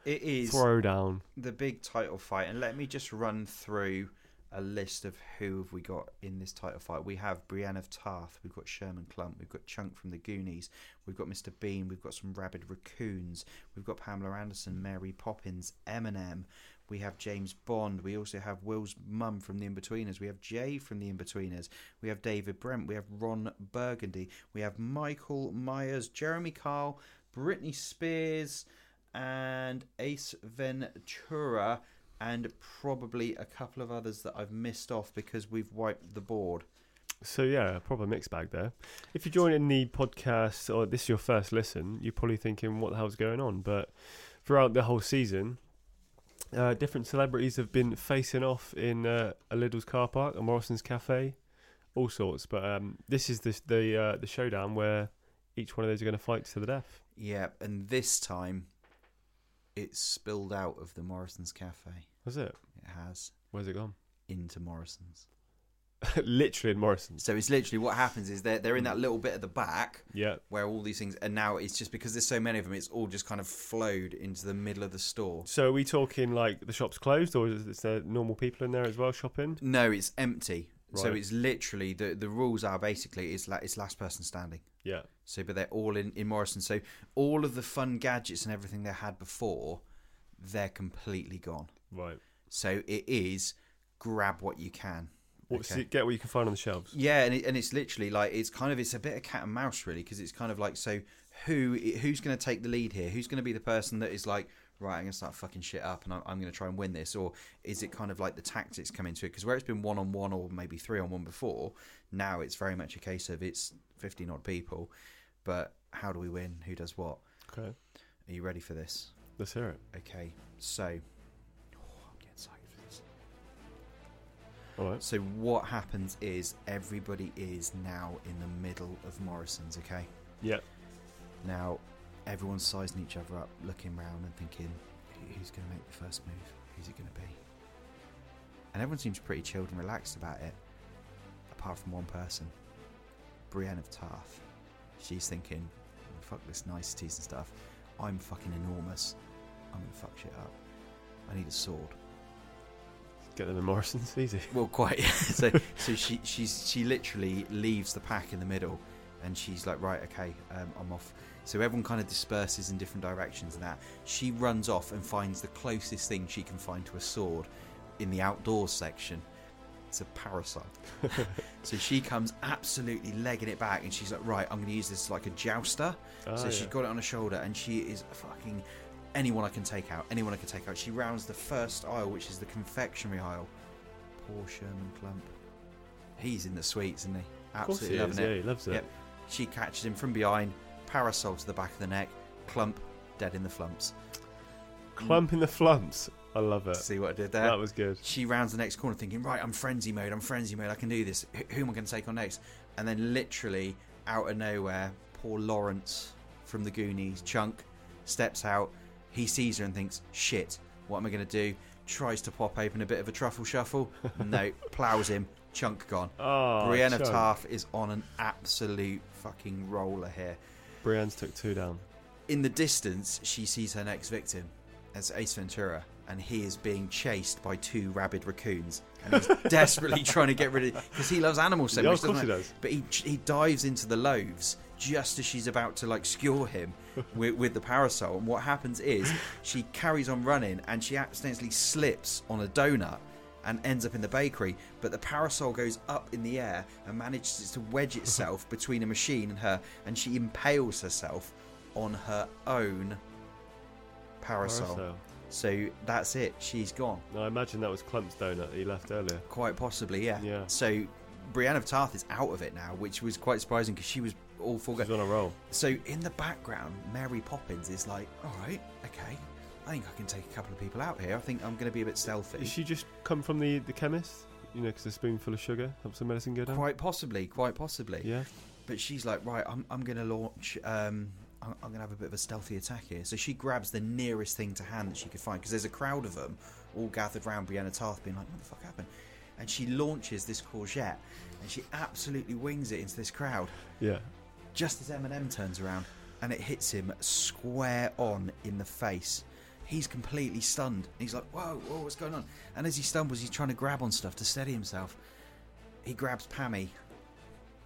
S3: it is
S2: throwdown.
S3: the big title fight, and let me just run through a list of who have we got in this title fight. We have Brienne of Tarth, we've got Sherman Clump, we've got Chunk from the Goonies, we've got Mr. Bean, we've got some rabid raccoons, we've got Pamela Anderson, Mary Poppins, Eminem, we have James Bond, we also have Will's mum from The Inbetweeners, we have Jay from The Inbetweeners, we have David Brent, we have Ron Burgundy, we have Michael Myers, Jeremy Carl, Britney Spears, and Ace Ventura, and probably a couple of others that I've missed off because we've wiped the board.
S2: So yeah, a proper mixed bag there. If you join in the podcast or this is your first listen, you're probably thinking, "What the hell's going on?" But throughout the whole season, uh, different celebrities have been facing off in uh, a Lidl's car park, a Morrison's cafe, all sorts. But um, this is the the uh, the showdown where each one of those are going to fight to the death.
S3: Yeah, and this time it's spilled out of the Morrison's Cafe.
S2: That's it.
S3: It has
S2: Where's it gone?
S3: into Morrison's.
S2: Literally in Morrison's.
S3: So it's literally what happens is they're, they're in that little bit at the back
S2: Yeah,
S3: where all these things, and now it's just because there's so many of them, it's all just kind of flowed into the middle of the store.
S2: So are we talking like the shop's closed, or is there normal people in there as well shopping?
S3: No, it's empty. So
S2: Right.
S3: it's literally the the rules are basically it's la- it's last person standing.
S2: Yeah,
S3: So, but they're all in, in Morrison. So, all of the fun gadgets and everything they had before, they're completely gone.
S2: right.
S3: So, it is grab what you can.
S2: What's
S3: Okay.
S2: it, get what you can find on the shelves.
S3: Yeah, and, it, and it's literally like it's kind of it's a bit of cat and mouse really because it's kind of like so who who's going to take the lead here? Who's going to be the person that is like right? I'm going to start fucking shit up and I'm, I'm going to try and win this, or is it kind of like the tactics come into it? Because where it's been one on one or maybe three on one before, now it's very much a case of it's fifteen odd people, but how do we win? Who does what?
S2: Okay.
S3: Are you ready for this?
S2: Let's hear it.
S3: Okay, so. Oh, I'm getting excited for this.
S2: All right.
S3: So, what happens is everybody is now in the middle of Morrison's, okay?
S2: Yeah.
S3: Now, everyone's sizing each other up, looking round and thinking, "Who- who's going to make the first move? Who's it going to be? And everyone seems pretty chilled and relaxed about it, apart from one person Brienne of Tarth. She's thinking, "Oh, fuck this niceties and stuff. I'm fucking enormous. I'm gonna fuck shit up. I need a sword.
S2: Get them in Morrison's easy.
S3: Well, quite. yeah. so, so she she's she literally leaves the pack in the middle, and she's like, right, okay, um, I'm off. So everyone kind of disperses in different directions, and that she runs off and finds the closest thing she can find to a sword in the outdoors section. It's a parasol. so she comes absolutely legging it back, and she's like, right, I'm going to use this like a jouster.
S2: Ah,
S3: So
S2: yeah.
S3: she's got it on her shoulder, and she is fucking anyone I can take out. Anyone I can take out. She rounds the first aisle, which is the confectionery aisle. Poor Sherman Clump. He's in the sweets, isn't he?
S2: Of course
S3: Absolutely
S2: he
S3: loving
S2: is,
S3: it.
S2: Yeah, he loves it.
S3: Yep. She catches him from behind, parasol to the back of the neck, clump, dead in the flumps.
S2: Clump in the flumps. I love it.
S3: See what I did there?
S2: That was good.
S3: She rounds the next corner thinking, right, I'm frenzy mode, I'm frenzy mode, I can do this. Wh- who am I going to take on next? And then, literally, out of nowhere, poor Lawrence from the Goonies, Chunk, steps out. He sees her and thinks, shit, what am I going to do? Tries to pop open a bit of a truffle shuffle. No, plows him. Chunk gone.
S2: Oh,
S3: Brianna
S2: Chunk.
S3: Taff is on an absolute fucking roller here.
S2: Brienne's took two down.
S3: In the distance, she sees her next victim as Ace Ventura, and he is being chased by two rabid raccoons, and he's desperately trying to get rid of because he loves animals so
S2: Yeah,
S3: much.
S2: of course
S3: doesn't
S2: he does.
S3: But he he dives into the loaves just as she's about to like skewer him with, with the parasol, and what happens is she carries on running, and she accidentally slips on a donut. And ends up in the bakery, but the parasol goes up in the air and manages to wedge itself between a machine and her, and she impales herself on her own parasol.
S2: Parasol.
S3: So that's it. She's gone.
S2: No, I imagine that was Clump's donut that he left earlier.
S3: Quite possibly, yeah.
S2: Yeah.
S3: So Brienne of Tarth is out of it now, which was quite surprising because she was all for
S2: He's on a roll.
S3: So in the background, Mary Poppins is like, all right, okay. I think I can take a couple of people out here. I think I'm going to be a bit stealthy.
S2: Did she just come from the, the chemist? You know, because a spoonful of sugar helps the medicine go down.
S3: Quite possibly, quite possibly.
S2: Yeah.
S3: But she's like, right, I'm, I'm going to launch. Um, I'm, I'm going to have a bit of a stealthy attack here. So she grabs the nearest thing to hand that she could find because there's a crowd of them all gathered round Brianna Tarth, being like, what the fuck happened? And she launches this courgette, and she absolutely wings it into this crowd.
S2: Yeah.
S3: Just as Eminem turns around, and it hits him square on in the face. He's completely stunned. He's like, whoa, whoa, what's going on? And as he stumbles, he's trying to grab on stuff to steady himself. He grabs Pammy,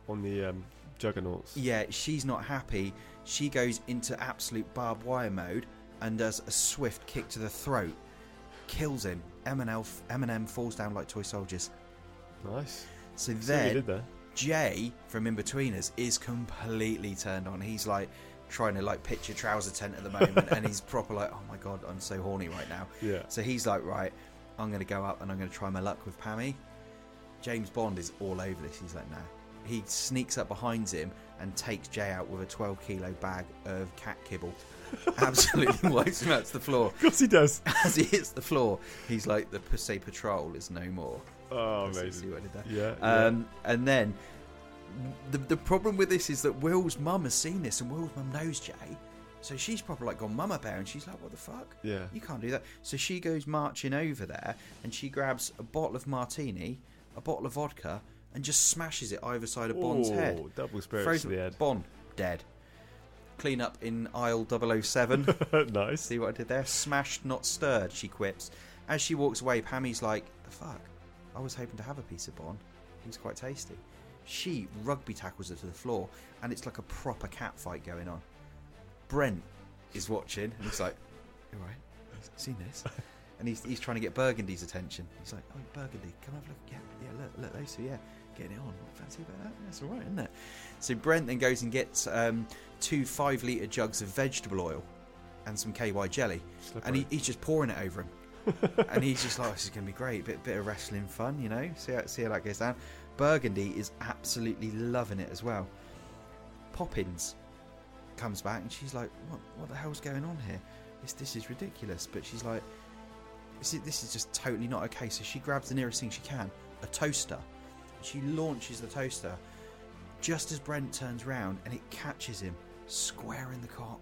S2: On the um, juggernauts.
S3: yeah, she's not happy. She goes into absolute barbed wire mode and does a swift kick to the throat, kills him. Eminem, Eminem falls down like toy soldiers.
S2: Nice.
S3: So
S2: See what you
S3: then
S2: did there.
S3: Jay from In Between Us is completely turned on. He's like trying to like pitch a trouser tent at the moment, and he's proper like, oh my god, I'm so horny right now.
S2: Yeah.
S3: So he's like, right, I'm going to go up and I'm going to try my luck with Pammy. James Bond is all over this. He's like, no. He sneaks up behind him and takes Jay out with a 12 kilo bag of cat kibble. Absolutely wipes him out to the floor.
S2: Of course he does.
S3: As he hits the floor, he's like, the Pussy Patrol is no more.
S2: Oh,
S3: See
S2: amazing.
S3: what I did there?
S2: Yeah. yeah.
S3: Um, and then the, the problem with this is that Will's mum has seen this and Will's mum knows Jay. So she's probably like gone mama bear and she's like, what the fuck?
S2: Yeah.
S3: You can't do that. So she goes marching over there and she grabs a bottle of martini, a bottle of vodka, and just smashes it either side of Bond's
S2: Ooh,
S3: head.
S2: Double spirits to the head.
S3: Bond, dead. Clean up in aisle 007.
S2: nice.
S3: See what I did there? Smashed, not stirred, she quips. As she walks away, Pammy's like, the fuck? I was hoping to have a piece of Bon. He was quite tasty. She rugby tackles her to the floor, and it's like a proper cat fight going on. Brent is watching, and he's like, you alright? He's seen this? And he's, he's trying to get Burgundy's attention. He's like, oh, Burgundy, come have a look. Yeah, yeah, look, look, those two, yeah. Getting it on. Fancy about that? That's alright, isn't it? So Brent then goes and gets um, two five litre jugs of vegetable oil and some KY jelly. And he,
S2: Slippery.
S3: he's just pouring it over him. and he's just like, this is going to be great. Bit, bit of wrestling fun, you know? See how, see how that goes down. Burgundy is absolutely loving it as well. Poppins comes back and she's like, what, what the hell's going on here? This, this is ridiculous. But she's like, this is, this is just totally not okay. So she grabs the nearest thing she can, a toaster. She launches the toaster just as Brent turns round and it catches him square in the cock.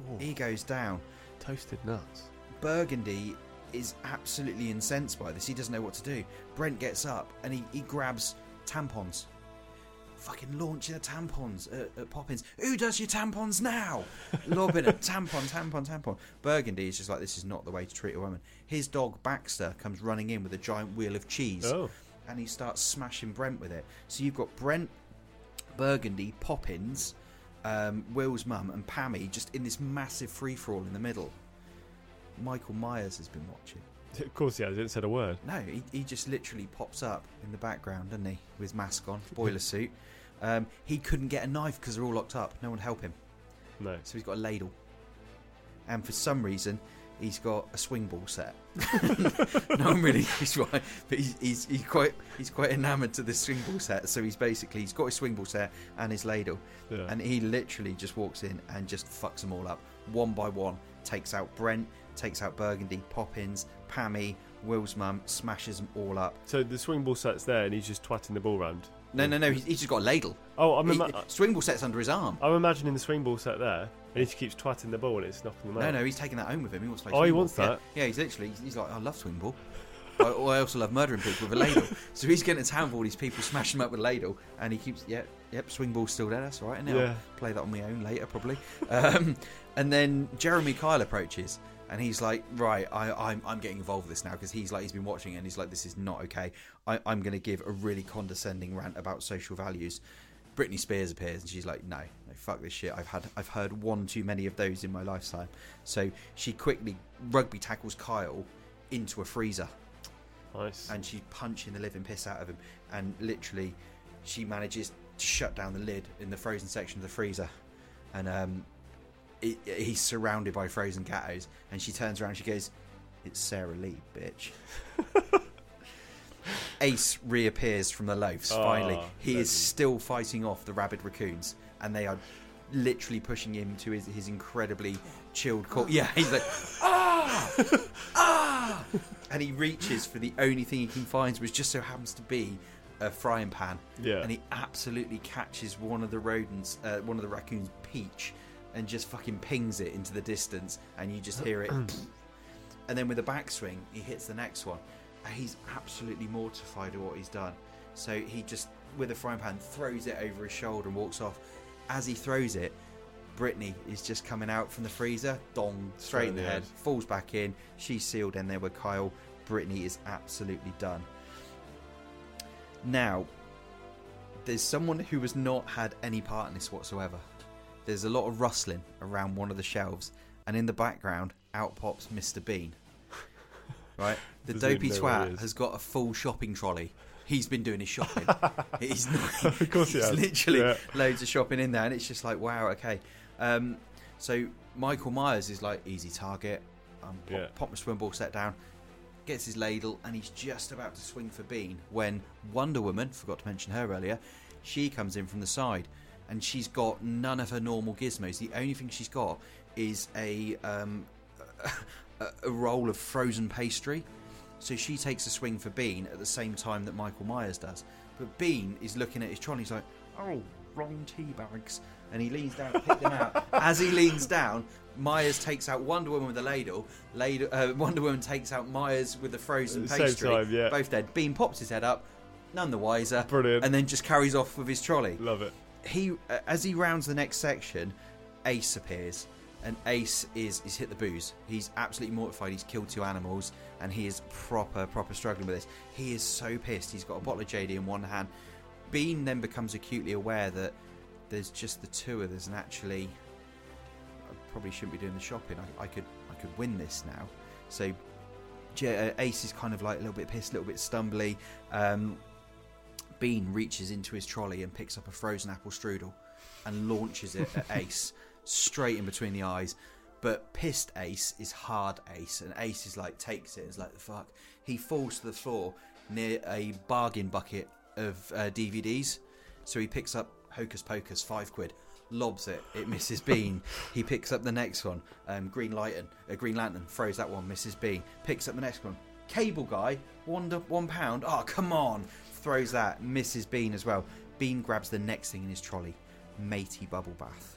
S2: Ooh,
S3: He goes down.
S2: toasted nuts.
S3: Burgundy is absolutely incensed by this. He doesn't know what to do. Brent gets up and he, he grabs tampons fucking launching the tampons at, at Poppins. Who does your tampons now? Lobbing at tampon, tampon, tampon. Burgundy is just like, this is not the way to treat a woman. His dog Baxter comes running in with a giant wheel of cheese
S2: Oh,
S3: and he starts smashing Brent with it. So you've got Brent, Burgundy, Poppins, um, Will's mum, and Pammy just in this massive free for all in the middle. Michael Myers has been watching.
S2: of course he has. He didn't said a word.
S3: No, he, he just literally pops up in the background, doesn't he? With his mask on, boiler suit. Um, he couldn't get a knife because they're all locked up. No one help him.
S2: No.
S3: So he's got a ladle. And for some reason, he's got a swing ball set. no one really knows why, but he's, he's, he's quite he's quite enamoured to this swing ball set. So he's basically he's got his swing ball set and his ladle,
S2: Yeah.
S3: and he literally just walks in and just fucks them all up one by one. Takes out Brent, takes out Burgundy, Poppins, Pammy, Will's mum, smashes them all up.
S2: so the swing ball set's there, and he's just twatting the ball round.
S3: No, no, no, he's, he's just got a ladle.
S2: Oh, I'm,
S3: He-
S2: ima-
S3: swing ball set's under his arm.
S2: I'm imagining the swing ball set there, and he just keeps twatting the ball, and it's knocking them
S3: No,
S2: out.
S3: no, he's taking that home with him. He wants to play
S2: Oh, he
S3: swing ball.
S2: wants
S3: Yeah.
S2: that?
S3: Yeah, he's literally, he's, he's like, I love swing ball. I, or I also love murdering people with a ladle. so he's getting to town with all these people, smashing them up with a ladle, and he keeps, yep, yep, swing ball's still there, that's all right. And now
S2: Yeah.
S3: I'll play that on my own later, probably. Um, and then Jeremy Kyle approaches, and he's like, right, I, I'm, I'm getting involved with this now, because he's like, he's been watching it, and he's like, this is not okay. I, I'm going to give a really condescending rant about social values. Britney Spears appears and she's like, "No, no, fuck this shit. I've had, I've heard one too many of those in my lifetime." So she quickly rugby tackles Kyle into a freezer,
S2: Nice.
S3: and she's punching the living piss out of him, and literally, she manages to shut down the lid in the frozen section of the freezer, and um, it, he's surrounded by frozen gattos, and she turns around, and she goes, "It's Sarah Lee, bitch." Ace reappears from the loafs.
S2: Ah,
S3: finally, he is
S2: legend.
S3: still fighting off the rabid raccoons, and they are literally pushing him to his, his incredibly chilled core. Yeah, he's like, ah, ah, and he reaches for the only thing he can find, which just so happens to be a frying pan.
S2: Yeah.
S3: and he absolutely catches one of the rodents, uh, one of the raccoons, Peach, and just fucking pings it into the distance, and you just hear it. and then with a backswing, he hits the next one. And he's absolutely mortified at what he's done. So he just, with a frying pan, throws it over his shoulder and walks off. As he throws it, Brittany is just coming out from the freezer, dong, straight in the head, falls back in. She's sealed in there with Kyle. Brittany is absolutely done. Now, there's someone who has not had any part in this whatsoever. There's a lot of rustling around one of the shelves, and in the background, out pops Mr. Bean. Right? The
S2: Doesn't even
S3: dopey
S2: know where he
S3: twat
S2: is.
S3: has got a full shopping trolley. He's been doing his shopping. he's not,
S2: Of course he
S3: he's
S2: has.
S3: literally
S2: Yeah.
S3: loads of shopping in there, and it's just like, wow, okay. Um, so Michael Myers is like, easy target. Um, pop,
S2: Yeah.
S3: pop my swim ball set down gets his ladle and he's just about to swing for Bean when Wonder Woman, forgot to mention her earlier, she comes in from the side and she's got none of her normal gizmos. The only thing she's got is a um, a, a roll of frozen pastry. So she takes a swing for Bean at the same time that Michael Myers does. But Bean is looking at his trolley. He's like, "Oh, wrong tea bags," and he leans down, to pick them out. As he leans down, Myers takes out Wonder Woman with a ladle. ladle uh, Wonder Woman takes out Myers with the frozen
S2: At the same
S3: pastry.
S2: time, yeah.
S3: Both dead. Bean pops his head up, none the wiser,
S2: Brilliant.
S3: and then just carries off with his trolley
S2: Love it.
S3: he uh, as he rounds the next section, Ace appears, and Ace is is hit the booze. He's absolutely mortified. He's killed two animals, and he is proper proper struggling with this. He is so pissed. He's got a bottle of JD in one hand. Bean then becomes acutely aware that there's just the two of us, and actually, I probably shouldn't be doing the shopping. I, I could I could win this now. So J- uh, Ace is kind of like a little bit pissed, a little bit stumbly. Um, Bean reaches into his trolley and picks up a frozen apple strudel and launches it at Ace straight in between the eyes. But pissed Ace is hard Ace, and Ace is like takes it. It's like the fuck. He falls to the floor near a bargain bucket of uh, DVDs. So he picks up Hocus Pocus, five quid, lobs it. It misses Bean. he picks up the next one, um, Green Lantern. Uh, Green Lantern throws that one, misses Bean. Picks up the next one, Cable Guy, one do- one pound. Oh come on! Throws that, misses Bean as well. Bean grabs the next thing in his trolley, matey bubble bath,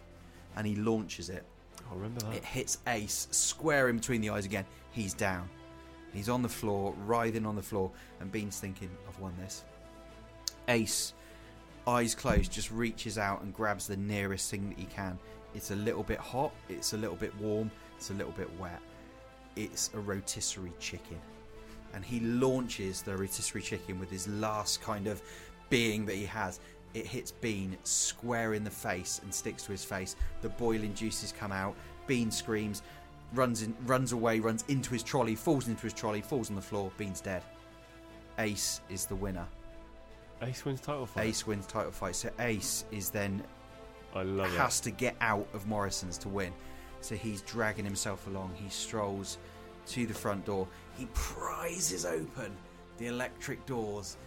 S3: and he launches it.
S2: Oh, I remember that.
S3: It hits Ace square in between the eyes again. He's down. He's on the floor, writhing on the floor, and Bean's thinking, I've won this. Ace eyes closed, just reaches out and grabs the nearest thing that he can. It's a little bit hot, it's a little bit warm, it's a little bit wet. It's a rotisserie chicken. And he launches the rotisserie chicken with his last kind of being that he has. It hits Bean square in the face and sticks to his face. The boiling juices come out. Bean screams, runs in, runs away, runs into his trolley, falls into his trolley, falls on the floor. Bean's dead. Ace is the winner.
S2: Ace wins title fight.
S3: Ace wins title fight. So Ace is then
S2: I love
S3: has to get out of Morrison's to win. So he's dragging himself along. He strolls to the front door. He prizes open the electric doors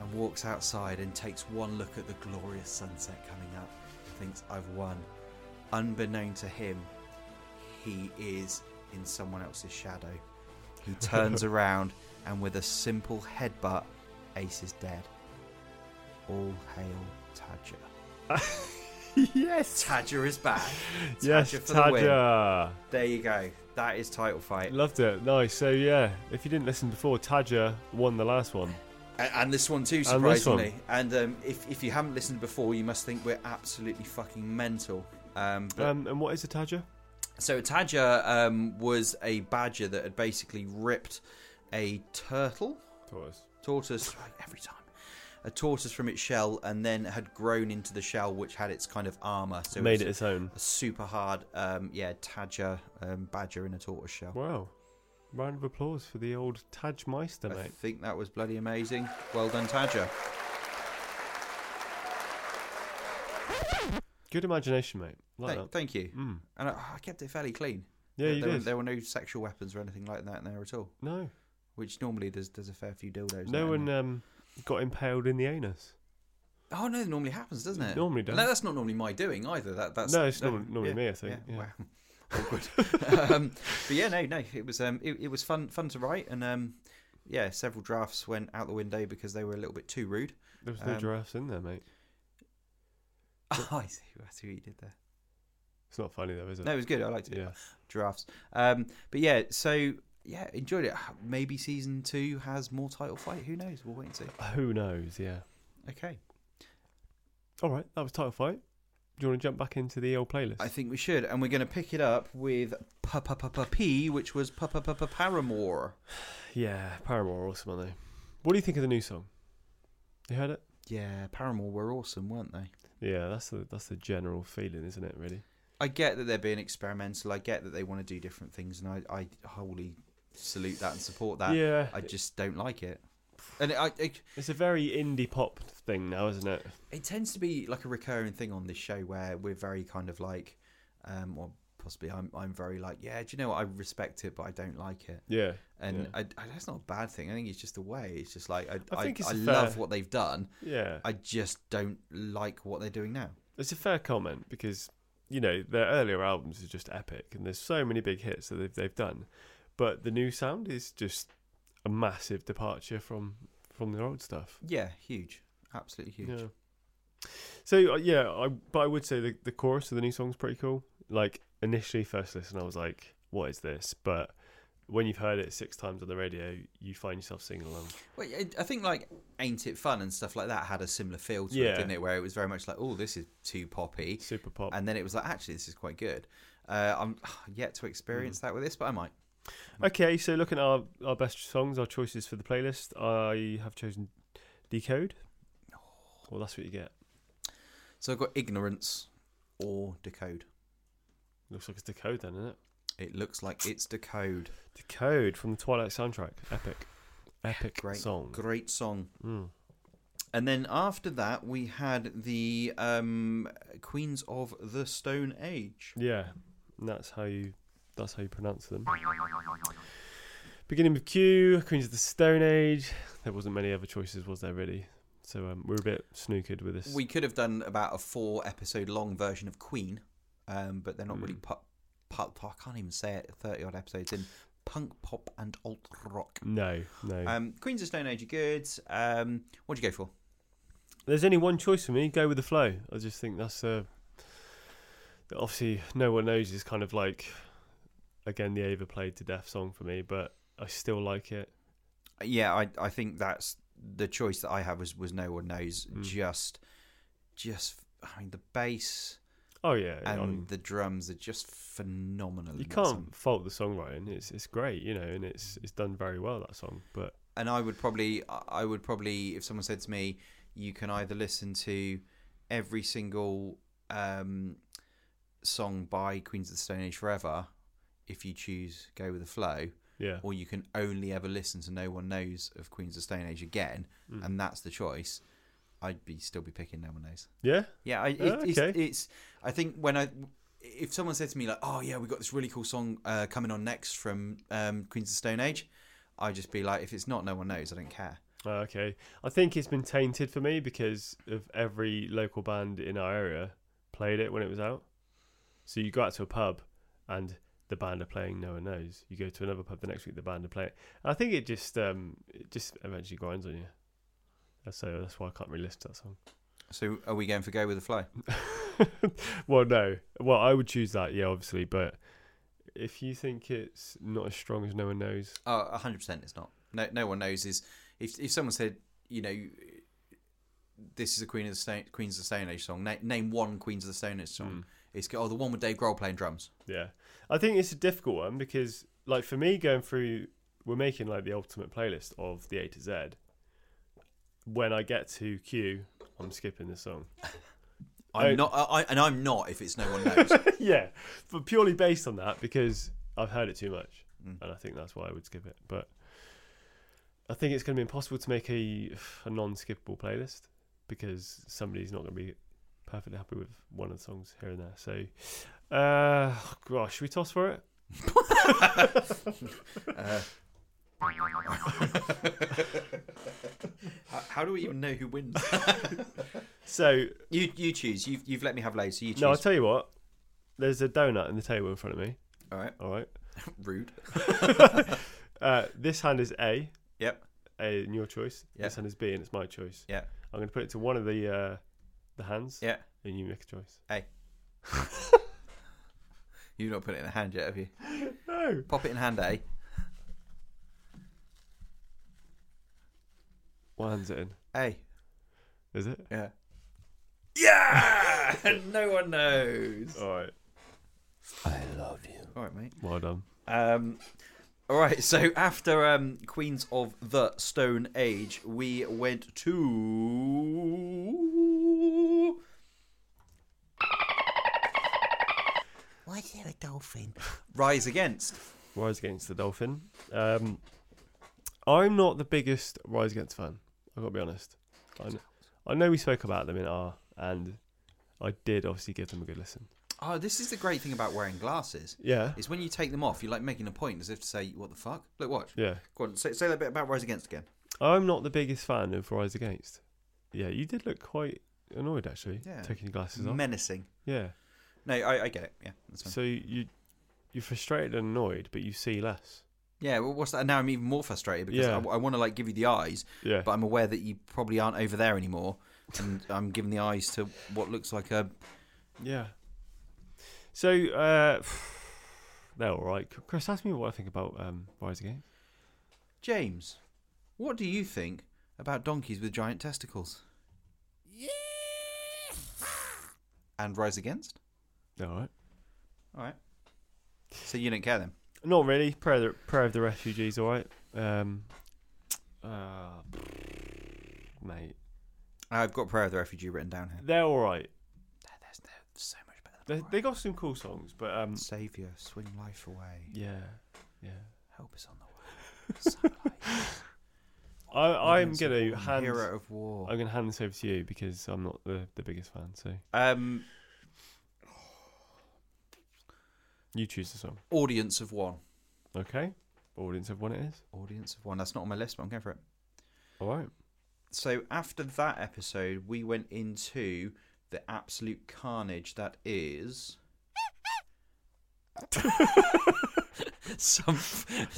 S3: and walks outside and takes one look at the glorious sunset coming up. Thinks, I've won. Unbeknown to him, he is in someone else's shadow. He turns around and with a simple headbutt, Ace is dead. All hail Tadger.
S2: it. yes.
S3: Tadger is back.
S2: yes,
S3: Tadger for the win.
S2: Tadger.
S3: There you go. That is title fight.
S2: Loved it. Nice. So yeah, if you didn't listen before, Tadger won the last one.
S3: And, and this one too,
S2: And this one.
S3: surprisingly. And, um, if if you haven't listened before, you must think we're absolutely fucking mental. Um, but-
S2: Um, and what is a Tadger?
S3: so Tadger um, was a badger that had basically ripped a turtle
S2: Tortoise.
S3: tortoise right, every time a tortoise from its shell and then had grown into the shell which had its kind of armor so
S2: Made it
S3: it's
S2: its own.
S3: a super hard um, yeah Tadger um, badger in a tortoise shell
S2: Wow. Round of applause for the old Tadgemeister,
S3: I
S2: mate.
S3: think that was bloody amazing. Well done, Tadger.
S2: Good imagination, mate. Like
S3: Thank,
S2: that.
S3: thank you.
S2: Mm.
S3: And I, I kept it fairly clean.
S2: Yeah,
S3: there,
S2: you
S3: there were,
S2: did.
S3: there were no sexual weapons or anything like that in there at all.
S2: No,
S3: Which normally there's there's a fair few dildos.
S2: no
S3: there in
S2: one
S3: there.
S2: um, got impaled in the anus.
S3: Oh no, it normally happens, doesn't it?
S2: Normally does.
S3: No, that's not normally my doing either. That that's
S2: No, it's norm- normally
S3: yeah,
S2: me, I think,
S3: Yeah.
S2: yeah.
S3: Wow. Awkward. um, but yeah, no, no, it was um, it, it was fun fun to write, and um, yeah, several drafts went out the window because they were a little bit too rude.
S2: There was no
S3: Um,
S2: giraffes in there, mate.
S3: Oh, I see. I see what you did there.
S2: It's not funny though, is it?
S3: No, it was good. I liked it.
S2: Yeah.
S3: giraffes. Um, but yeah, so yeah, enjoyed it. Maybe season two has more title fight. Who knows? We'll wait and see.
S2: Who knows? Yeah.
S3: Okay,
S2: All right, that was title fight. Do you want to jump back into the old playlist?
S3: I think we should, and we're going to pick it up with pa pa pa pa p, which was pa pa pa pa Paramore.
S2: yeah, Paramore, awesome, aren't they? What do you think of the new song? You heard it?
S3: Yeah, Paramore were awesome, weren't they?
S2: Yeah, that's the that's the general feeling, isn't it? Really?
S3: I get that they're being experimental. I get that they want to do different things, and I, I wholly salute that and support that.
S2: yeah.
S3: I just don't like it, and I. I
S2: It's a very indie pop thing now, isn't it?
S3: it tends to be like a recurring thing on this show where we're very kind of like um or possibly i'm i'm very like yeah do you know what i respect it but i don't like it
S2: Yeah.
S3: and
S2: Yeah.
S3: I, I, that's not a bad thing i think it's just the way it's just like i
S2: I
S3: i,
S2: think it's
S3: I
S2: a
S3: love
S2: fair-
S3: what they've done
S2: Yeah.
S3: i just don't like what they're doing now
S2: It's a fair comment because you know their earlier albums are just epic, and there's so many big hits that they've they've done, but the new sound is just a massive departure from from their old stuff.
S3: yeah huge absolutely huge
S2: Yeah. So uh, yeah, I but I would say the the chorus of the new song's pretty cool. Like initially, first listen, I was like, "What is this?" But when you've heard it six times on the radio, you find yourself singing along.
S3: well I, I think like ain't it fun and stuff like that had a similar feel to it
S2: Yeah.
S3: didn't it where it was very much like oh this is too poppy
S2: Super pop.
S3: and then it was like actually this is quite good uh, i'm yet to experience that with this but i might
S2: Okay, so looking at our, our best songs, our choices for the playlist, I have chosen Decode.
S3: Oh.
S2: Well, that's what you get.
S3: So I've got ignorance or decode.
S2: Looks like it's Decode then, isn't it?
S3: It looks like it's decode.
S2: Decode from the Twilight soundtrack. Epic. Epic
S3: Great
S2: song.
S3: Great song.
S2: Mm.
S3: And then after that, we had the um, Queens of the Stone Age.
S2: Yeah, and that's how you that's how you pronounce them. Beginning with Q, Queens of the Stone Age. There wasn't many other choices, was there really? So um, we're a bit snookered with this.
S3: We could have done about a four episode long version of Queen, um, but they're not really pop, pop, I can't even say it, 30 odd episodes in punk, pop, and alt rock.
S2: no, no.
S3: Um, Queens of Stone Age are good. Um, what'd you go for?
S2: There's only one choice for me. Go with the flow. I just think that's uh, obviously no one knows is kind of like again the overplayed to death song for me, but I still like it.
S3: Hmm. yeah, I I think that's the choice that I have was was no one knows. Just just, I mean, the bass
S2: Oh yeah, I
S3: and
S2: mean,
S3: the drums are just phenomenal.
S2: you
S3: in that
S2: can't
S3: song.
S2: fault the songwriting. It's it's great, you know, and it's it's done very well that song. But
S3: and I would probably, I would probably, if someone said to me, you can either listen to every single um, song by Queens of the Stone Age forever, if you choose Go with the Flow,
S2: yeah,
S3: or you can only ever listen to No One Knows of Queens of the Stone Age again, and that's the choice. I'd be still be picking No One Knows.
S2: yeah,
S3: Yeah, I, it,
S2: Oh,
S3: it's,
S2: okay.
S3: it's. I think when I, if someone said to me like, "Oh yeah, we got this really cool song uh, coming on next from um, Queens of the Stone Age," I'd just be like, "If it's not, no one knows. I don't care."
S2: Oh, okay. I think it's been tainted for me because of every local band in our area played it when it was out. So you go out to a pub and the band are playing No One Knows. You go to another pub the next week, the band are playing. I think it just um, it just eventually grinds on you. That's- So that's why I can't really listen to that song.
S3: So are we going for Go with the Flow?
S2: well, no. Well, I would choose that, yeah, obviously. But if you think it's not as strong as No One Knows,
S3: Oh, hundred percent, it's not. No, no one knows. Is if if someone said, you know, this is a Queen of the Stone, Queens of the Stone Age song. Na- name one Queens of the Stone Age
S2: Hmm.
S3: song. It's go- oh the one with Dave Grohl playing drums.
S2: Yeah, I think it's a difficult one because, like, for me, going through, we're making like the ultimate playlist of the A to Z. When I get to Q, I'm skipping the song.
S3: I'm
S2: Oh.
S3: not, I, I- and I'm not if it's no one knows.
S2: yeah, but purely based on that because I've heard it too much, and I think that's why I would skip it. But I think it's going to be impossible to make a a non-skippable playlist because somebody's not going to be perfectly happy with one of the songs here and there. So, uh, gosh, should we toss for it?
S3: how, how do we even know who wins?
S2: So
S3: You you choose. You've you've let me have loads, so you choose.
S2: No, I'll tell you what. There's a donut in the table in front of me.
S3: All right.
S2: All right.
S3: Rude.
S2: Uh, this hand is A,
S3: Yep.
S2: A in your choice.
S3: Yeah.
S2: This hand is B, and it's my choice.
S3: Yeah.
S2: I'm going to put it to one of the uh, the hands,
S3: Yeah.
S2: and you make a choice.
S3: Hey. You've not put it in the hand yet, have you?
S2: No.
S3: Pop it in hand, eh?
S2: What hand's it in?
S3: Hey.
S2: Is it?
S3: Yeah. Yeah. no one knows.
S2: All right.
S3: All right, mate.
S2: Well done.
S3: Um, all right. So after um, Queens of the Stone Age, we went to. Why is there a dolphin? Rise against.
S2: Rise Against the Dolphin. Um, I'm not the biggest Rise Against fan. I've got to be honest. I know, I know we spoke about them in R, and I did obviously give them a good listen.
S3: Oh, this is the great thing about wearing glasses.
S2: Yeah.
S3: Is when you take them off, you're like making a point as if to say, "What the fuck?" Look, watch.
S2: Yeah.
S3: Go on, say, say that bit about Rise Against again.
S2: I'm not the biggest fan of Rise Against. Yeah, you did look quite annoyed actually,
S3: Yeah.
S2: taking your glasses off.
S3: Menacing.
S2: yeah.
S3: No, I, I get it. Yeah, that's fine.
S2: So you you're frustrated and annoyed, but you see less.
S3: Yeah, well, what's that? Now I'm even more frustrated because
S2: Yeah.
S3: I, want to like give you the eyes,
S2: Yeah.
S3: but I'm aware that you probably aren't over there anymore, and I'm giving the eyes to what looks like a.
S2: yeah. So uh they're all right. C- Chris, ask me what I think about um, Rise Against.
S3: James, what do you think about donkeys with giant testicles? And rise against.
S2: They're All right.
S3: All right. So you don't care then?
S2: Not really. Prayer of the, Prayer of the Refugees. All right. Um, uh, mate,
S3: I've got Prayer of the Refugee written down here.
S2: they're all right.
S3: There's, there's so much better.
S2: They, they got some cool songs, but um,
S3: Mm. Savior, swing life away.
S2: yeah, yeah.
S3: Help us on the way.
S2: I, I'm gonna hand.
S3: Hero of war.
S2: I'm gonna hand this over to you because I'm not the, the biggest fan. So
S3: Um,
S2: you choose the song,
S3: audience of one.
S2: okay? Audience of one it is.
S3: Audience of one. That's not on my list, but I'm going for it.
S2: All right.
S3: So after that episode, we went into the absolute carnage that is. some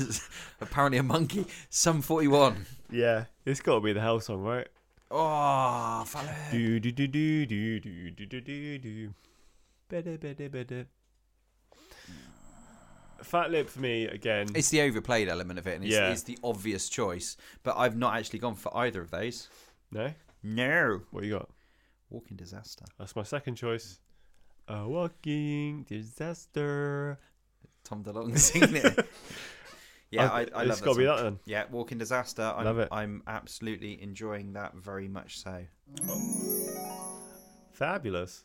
S3: apparently a monkey. Some forty-one.
S2: Yeah, it's got to be the hell song, right?
S3: Oh, fella.
S2: Do do do do do do do do do do. Bada bada bada. Fat lip for me again.
S3: It's the overplayed element of it, and it's,
S2: Yeah.
S3: it's the obvious choice. But I've not actually gone for either of those.
S2: no.
S3: No.
S2: What you got?
S3: Walking Disaster.
S2: That's my second choice. A walking disaster.
S3: Tom DeLonge singing it. Yeah, I, I, love
S2: It's
S3: that
S2: got to be
S3: song.
S2: that then.
S3: Yeah, Walking Disaster. I'm,
S2: Love it.
S3: I'm absolutely enjoying that very much so.
S2: Fabulous.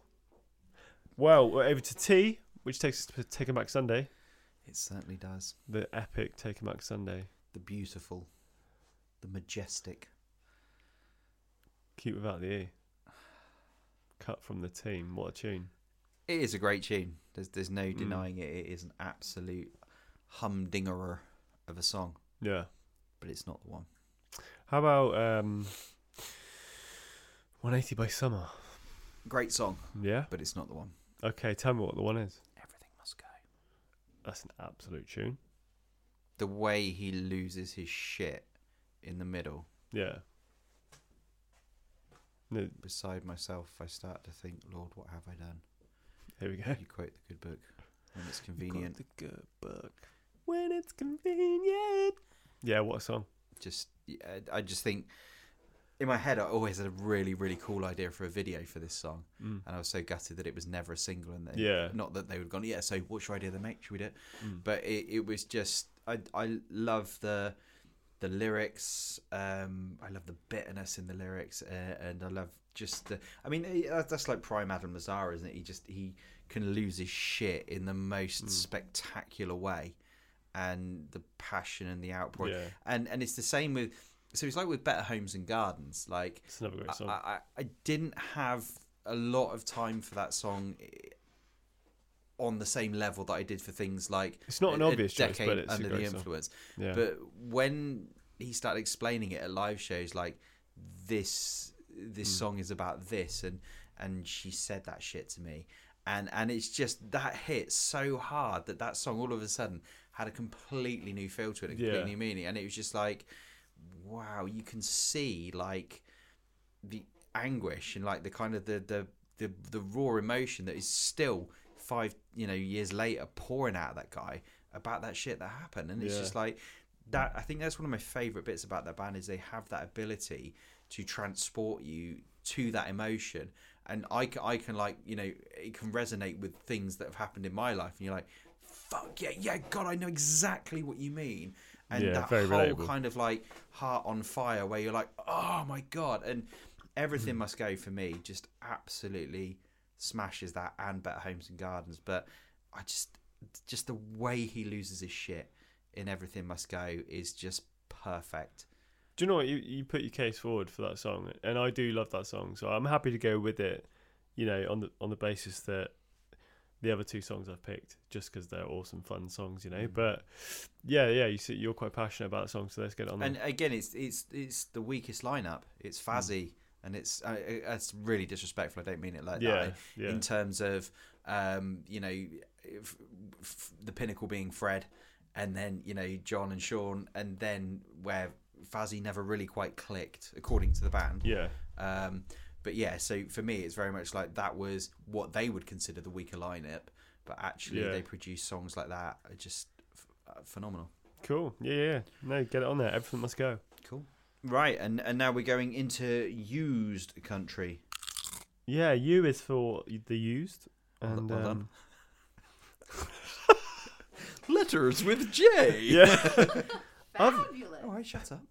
S2: Well, we're over to tea, which takes us to Taken Back Sunday,
S3: It certainly does.
S2: the epic Taken Back Sunday.
S3: The beautiful, the majestic.
S2: Cute without the E. Cut from the team. What a tune.
S3: It is a great tune. There's there's no
S2: Mm.
S3: denying it. It is an absolute humdingerer of a song,
S2: Yeah.
S3: but it's not the one.
S2: How about um, 180 by Summer?
S3: Great song,
S2: Yeah.
S3: but it's not the one.
S2: Okay, tell me what the one is.
S1: Everything must go.
S2: That's an absolute tune.
S3: The way he loses his shit in the middle.
S2: Yeah. No,
S3: Beside myself, I start to think, Lord, what have I done?
S2: here we go.
S3: You quote the good book when it's convenient.
S2: good book when it's convenient. Yeah, what a song.
S3: just yeah, I just think in my head I always had a really really cool idea for a video for this song, and I was so gutted that it was never a single. And they,
S2: Mm. Yeah.
S3: not that they would have gone, yeah. So what's your idea, then, mate? Should we do it?
S2: Mm.
S3: But it, it was just I I love the the lyrics. Um, I love the bitterness in the lyrics, uh, and I love just the. I mean, eh, that- that's like prime Adam Lazar, isn't it? He just he can lose his shit in the most
S2: Mm.
S3: spectacular way, and the passion and the outpouring
S2: Yeah.
S3: and and it's the same with so it's like with better homes and gardens like
S2: It's another great
S3: I,
S2: song.
S3: I i didn't have a lot of time for that song i- on the same level that i did for things like
S2: It's not an
S3: A- A
S2: obvious choice,
S3: Decade
S2: but it's a
S3: under the
S2: great song.
S3: influence
S2: yeah.
S3: but when he started explaining it at live shows like this this
S2: Hmm.
S3: song is about this and and she said that shit to me and and it's just that hit so hard that that song all of a sudden had a completely new feel to it a
S2: Yeah.
S3: completely new meaning and it was just like wow you can see like the anguish and like the kind of the the the, the raw emotion that is still five you know years later pouring out of that guy about that shit that happened and it's
S2: Yeah.
S3: just like that i think that's one of my favorite bits about that band is they have that ability to transport you to that emotion and I, ca- I can like you know it can resonate with things that have happened in my life and you're like fuck yeah yeah god i know exactly what you mean and
S2: Yeah,
S3: that
S2: very
S3: whole
S2: relatable.
S3: kind of like heart on fire where you're like oh my god and everything
S2: Hmm.
S3: must go for me just absolutely smashes that and better homes and gardens but i just just the way he loses his shit in everything must go is just perfect
S2: do you know what? You, you put your case forward for that song, and I do love that song, so I'm happy to go with it. You know, on the on the basis that the other two songs I've picked, just because they're awesome, fun songs. You know,
S3: Mm.
S2: but yeah, yeah, you see, you're quite passionate about that song, so let's get on.
S3: and
S2: there.
S3: again it's it's it's the weakest lineup it's
S2: Hmm.
S3: fazzy and it's uh, it- it's really disrespectful i don't mean it like
S2: Yeah,
S3: that
S2: yeah.
S3: in terms of um you know if, f- the pinnacle being fred and then you know john and sean and then where fazzy never really quite clicked according to the band
S2: yeah,
S3: um, but yeah, so for me, it's very much like that was what they would consider the weaker lineup, but actually
S2: Yeah.
S3: they produce songs like that are just f- uh, phenomenal.
S2: cool. Yeah, yeah, yeah. No, get it on there. Everything must go.
S3: Cool. Right, and and now we're going into used country.
S2: Yeah, U is for the used.
S3: Well done,
S2: And,
S3: well done.
S2: um,
S3: Letters with J.
S2: yeah,
S5: Fabulous.
S3: All right, shut up.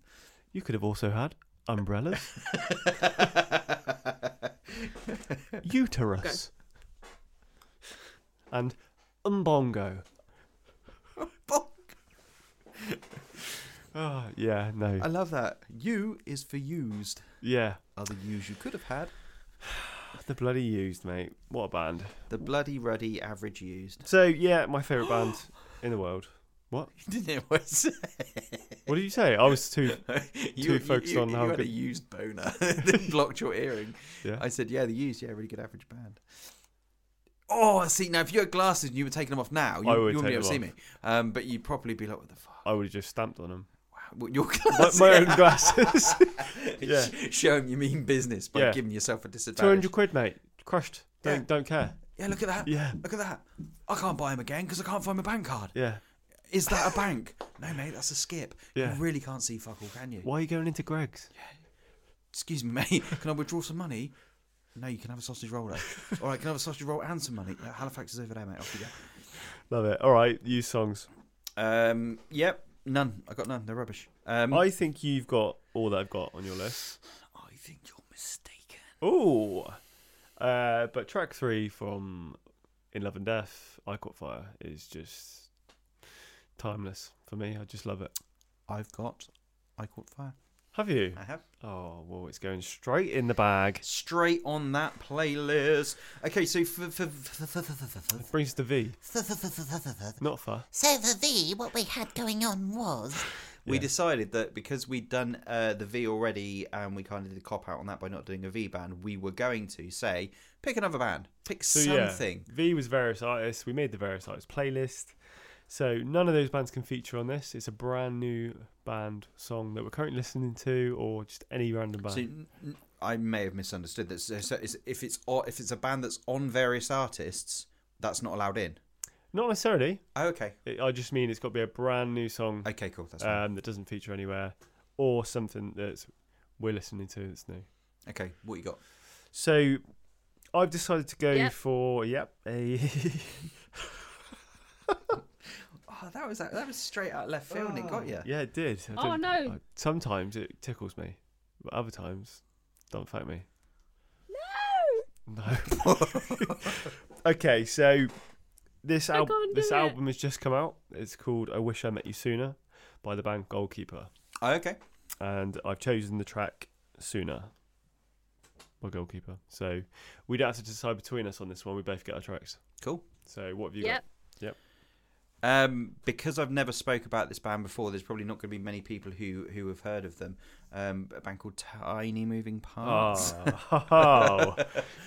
S2: you could have also had umbrellas, uterus, and umbongo. Oh, yeah, no,
S3: I love that. U is for used.
S2: yeah,
S3: Other U's you could have had.
S2: the bloody used, mate. What a band.
S3: The bloody ruddy average used.
S2: So yeah, my favorite band in the world. What?
S3: Didn't it? What I said?
S2: What did you say? I was too. Too focused on
S3: you
S2: how
S3: had
S2: good-
S3: a used boner that blocked your earring.
S2: Yeah.
S3: I said, yeah, the used, yeah, really good average band. Oh, I see. Now, if you had glasses and you were taking them off now, you,
S2: I
S3: you
S2: would
S3: wouldn't be
S2: take
S3: able to see
S2: them
S3: me. Um, but you'd probably be like, what the fuck?
S2: I would have just stamped on them.
S3: Wow, your
S2: My,
S3: glasses.
S2: my own glasses. yeah.
S3: Show 'em you mean business by
S2: Yeah.
S3: giving yourself a
S2: Two hundred
S3: disadvantage.
S2: quid, mate. Crushed. Don't
S3: Yeah.
S2: don't care.
S3: Yeah, look at that.
S2: Yeah.
S3: Look at that. I can't buy them again because I can't find my bank card.
S2: Yeah.
S3: Is that a bank? No, mate, that's a skip.
S2: Yeah.
S3: You really can't see fuck all, can you?
S2: Why are you going into Greg's?
S3: Excuse me, mate. Can I withdraw some money? No, you can have a sausage roll. though. All right, can I have a sausage roll and some money. Yeah, Halifax is over there, mate. Off you go.
S2: Love it. All right, use songs.
S3: Um, yep, none. I got none. They're rubbish. Um,
S2: I think you've got all that I've got on your list.
S4: I think you're mistaken.
S2: Ooh. Uh, but track three from In Love and Death, I Caught Fire, is just timeless for me. I just love it.
S3: I've got. I caught fire.
S2: Have you?
S3: I have
S2: Oh, well, it's going straight in the bag.
S3: straight on that playlist. Okay, so for for for- for-
S2: Brings us to V,
S3: for-
S2: not far.
S6: So for thee, what we had going on was
S3: we
S2: Yeah.
S3: decided that because we'd done uh, the V already and we kind of did a cop out on that by not doing a V band, we were going to say pick another band, pick
S2: So
S3: something.
S2: yeah, V was various artists. We made the various artists playlist. So none of those bands can feature on this. It's a brand new band song that we're currently listening to, or just any random band.
S3: So n- n- I may have misunderstood this. So, so it's, if it's o- if it's a band that's on various artists, that's not allowed in.
S2: not necessarily.
S3: Oh, okay,
S2: It, I just mean it's got to be a brand new song
S3: okay, cool. That's fine.
S2: um, that doesn't feature anywhere, or something that we're listening to that's new.
S3: okay. What you got?
S2: So I've decided to go
S5: Yep.
S2: for yep. A
S3: Oh, that was that, that was straight out left field. and It
S2: Ah.
S3: got you.
S2: yeah, it did. I
S5: Oh,
S2: don't-
S5: no.
S2: I- sometimes it tickles me, but other times, don't thank me. No. okay, so this
S5: I
S2: album
S5: can't do
S2: this
S5: it.
S2: album has just come out. It's called "I Wish I Met You Sooner" by the band Goalkeeper,
S3: Oh, okay.
S2: and I've chosen the track "Sooner" by Goalkeeper. So we don't have to decide between us on this one. We both get our tracks.
S3: Cool.
S2: So what have you
S5: Yep.
S3: Um, because I've never spoke about this band before, there's probably not going to be many people who who have heard of them. Um, a band called Tiny Moving
S2: got?
S3: Parts.
S2: Oh.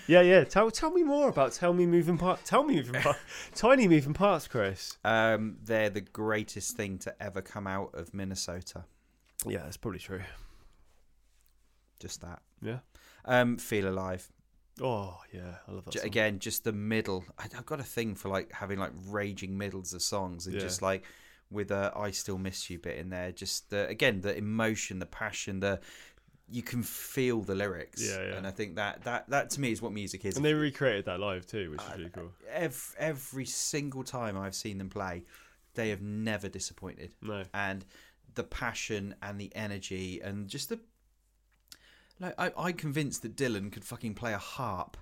S2: yeah, yeah. Tell tell me more about tell me moving parts. Tell me moving parts. Tiny moving parts, Chris.
S3: Um, they're the greatest thing to ever come out of Minnesota.
S2: Yeah, that's probably true.
S3: Just that.
S2: Yeah.
S3: Um, Feel Alive.
S2: Oh yeah, I love that.
S3: J-
S2: song.
S3: again, just the middle. I, I've got a thing for like having like raging middles of songs and
S2: Yeah.
S3: just like with a "I still miss you" bit in there. Just the, again the emotion, the passion, the you can feel the lyrics.
S2: Yeah, yeah.
S3: And I think that that that to me is what music is.
S2: And they recreated that live too, which is really cool.
S3: every, every single time I've seen them play, they have never disappointed.
S2: No.
S3: And the passion and the energy and just the like, I, I'm convinced that Dylan could fucking play a harp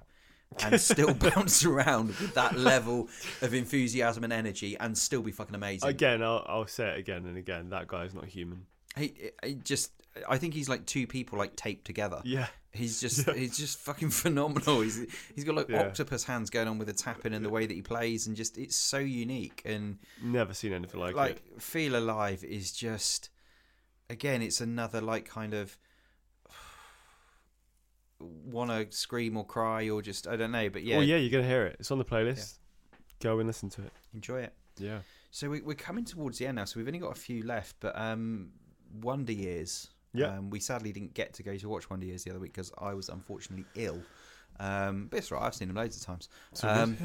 S3: and still bounce around with that level of enthusiasm and energy and still be fucking amazing.
S2: Again, I'll, I'll say it again and again. That guy's not human.
S3: He, he just, I think he's like two people like taped together.
S2: Yeah.
S3: He's just he's just fucking phenomenal. He's he's got like
S2: Yeah.
S3: octopus hands going on with the tapping and the way that he plays and just it's so unique and
S2: Never seen anything like,
S3: like
S2: it.
S3: feel alive is just again it's another like kind of want to scream or cry or just I don't know but yeah,
S2: Oh yeah, you're gonna hear it. It's on the playlist. Go and listen to it.
S3: enjoy it.
S2: Yeah.
S3: So we, we're coming towards the end now, so we've only got a few left. But um, Wonder Years.
S2: Yeah.
S3: Um, we sadly didn't get to go to watch Wonder Years the other week because I was unfortunately ill. Um, but it's all right. I've seen them loads of times. Um,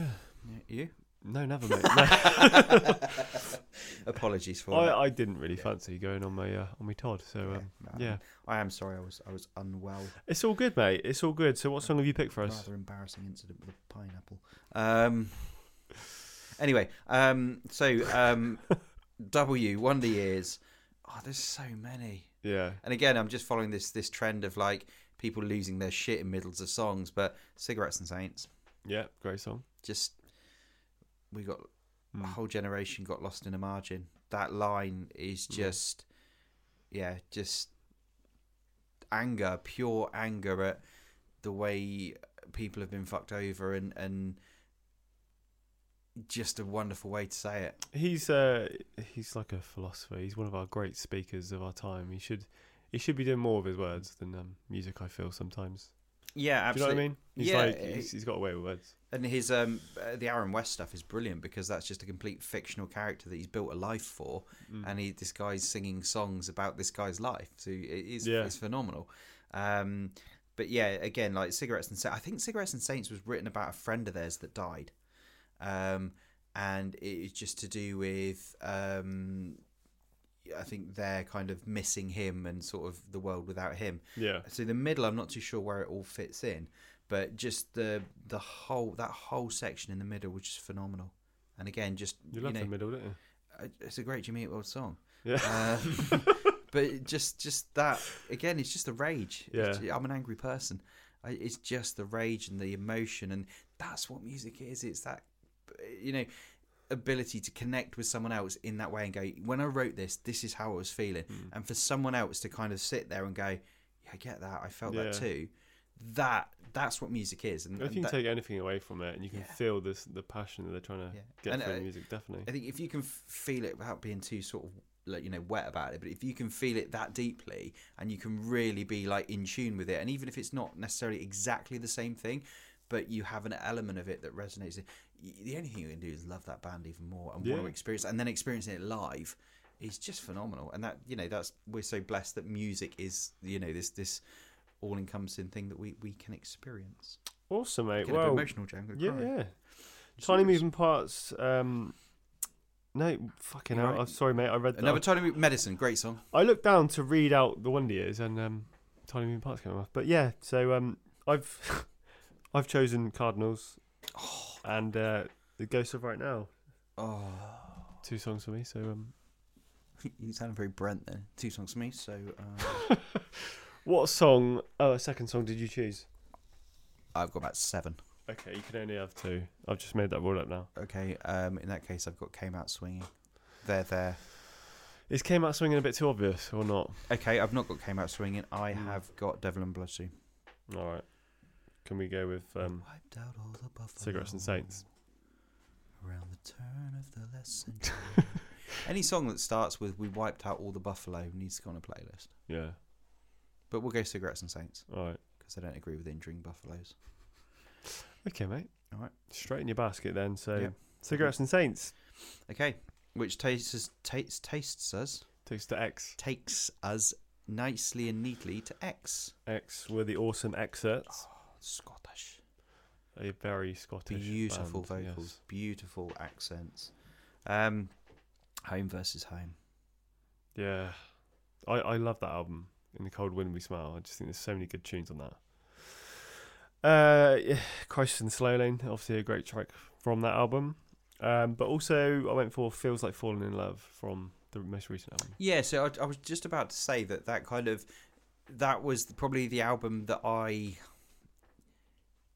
S3: You?
S2: No, never, mate. No,
S3: Apologies for that.
S2: I, I didn't really fancy going on my uh, on my Todd. So um,
S3: no,
S2: yeah,
S3: I am sorry. I was I was unwell.
S2: it's all good, mate. It's all good. So what song have you picked for us?
S3: Rather embarrassing incident with a pineapple. Um. Anyway, um. So um, W Wonder Years. Oh, there's so many.
S2: Yeah.
S3: And again, I'm just following this this trend of like people losing their shit in middles of songs, but cigarettes and saints
S2: Yeah. Great song. Hmm.
S3: just we got a whole generation got lost in a margin. That line is just yeah, just anger, pure anger at the way people have been fucked over and and just a wonderful way to say it.
S2: He's uh he's like a philosopher. He's one of our great speakers of our time. He should he should be doing more of his words than um, music. I feel sometimes.
S3: Yeah,
S2: Do you know what I mean? He's
S3: Yeah, eh,
S2: like
S3: it-
S2: he's, he's got away with words.
S3: And his um uh, the Aaron West stuff is brilliant because that's just a complete fictional character that he's built a life for, and he this guy's singing songs about this guy's life, so it is
S2: Yeah.
S3: it's phenomenal. Um, but yeah, again, like cigarettes and Sa- I think cigarettes and saints was written about a friend of theirs that died, um, and it is just to do with um, I think they're kind of missing him and sort of the world without him.
S2: Yeah.
S3: So the middle, I'm not too sure where it all fits in, But just the the whole that whole section in the middle was just phenomenal. And again, just
S2: You
S3: you,
S2: love
S3: know,
S2: the middle, don't you?
S3: uh, it's a great Jimmy Eat World song.
S2: Yeah.
S3: Uh, but it just just that again, it's just the rage. It's- I'm an angry person. I, it's just the rage and the emotion, and that's what music is. It's that you know ability to connect with someone else in that way and go, when I wrote this, this is how I was feeling,
S2: Hmm.
S3: and for someone else to kind of sit there and go, yeah, I get that. I felt
S2: Yeah.
S3: that too. That that's what music is, and,
S2: I don't
S3: and
S2: think you
S3: that-
S2: take anything away from it, and you can
S3: Yeah.
S2: feel this the passion that they're trying to
S3: Yeah.
S2: get
S3: And,
S2: through the
S3: uh,
S2: music. Definitely.
S3: I think if you can f- feel it without being too sort of like you know wet about it, but if you can feel it that deeply and you can really be like in tune with it, and even if it's not necessarily exactly the same thing, but you have an element of it that resonates, y- the only thing you can do is love that band even more and want
S2: Yeah.
S3: to experience, and then experiencing it live is just phenomenal. And that you know that's we're so blessed that music is you know this this all encompassing thing that we we can experience.
S2: awesome, mate.
S3: Get a bit
S2: Well,
S3: emotional, Jay. I'm gonna
S2: yeah,
S3: cry.
S2: yeah. Tiny moving parts. Um, no, fucking hell.
S3: Right.
S2: I'm sorry, mate. I read that.
S3: Another Tiny Medicine, great song.
S2: I looked down to read out the Wonder Years, and um, Tiny moving parts came off. But yeah, so um, I've I've chosen Cardinals, and uh, the Ghost of Right Now.
S3: Oh.
S2: Two songs for me. So um,
S3: You sound very Brent there. Two songs for me, so uh,
S2: what song? Oh, second song. Did you choose?
S3: I've got about seven.
S2: Okay, you can only have two. I've just made that rule up now.
S3: Okay, um, in that case, I've got Came Out Swinging. There, there.
S2: Is came out swinging a bit too obvious or not?
S3: Okay, I've not got Came Out Swinging. I
S2: Hmm.
S3: have got Devil and Bloodstream.
S2: All right. Can we go with um,
S3: Wiped out all the buffalo
S2: Cigarettes and Saints?
S3: Around the turn of the lesson. Any song that starts with We Wiped Out All the Buffalo needs to go on a playlist.
S2: Yeah.
S3: But we'll go Cigarettes and Saints
S2: All right.
S3: because I don't agree with injuring buffaloes.
S2: Okay, mate.
S3: All right.
S2: Straight in your basket then. So
S3: Yep.
S2: Cigarettes and Saints
S3: Okay, which tastes us, tastes, tastes us,
S2: takes to X.
S3: takes us nicely and neatly to X.
S2: X were the awesome excerpts.
S3: Scottish.
S2: A very Scottish.
S3: beautiful
S2: band,
S3: vocals,
S2: yes.
S3: beautiful accents. Um, home versus home.
S2: Yeah. I, I love that album. In the cold wind we smile. I just think there's so many good tunes on that. Uh, yeah, Crisis in the Slow Lane, obviously a great track from that album. Um, but also I went for Feels Like Falling in Love from the most recent album.
S3: Yeah, so I, I was just about to say that that kind of that was probably the album that I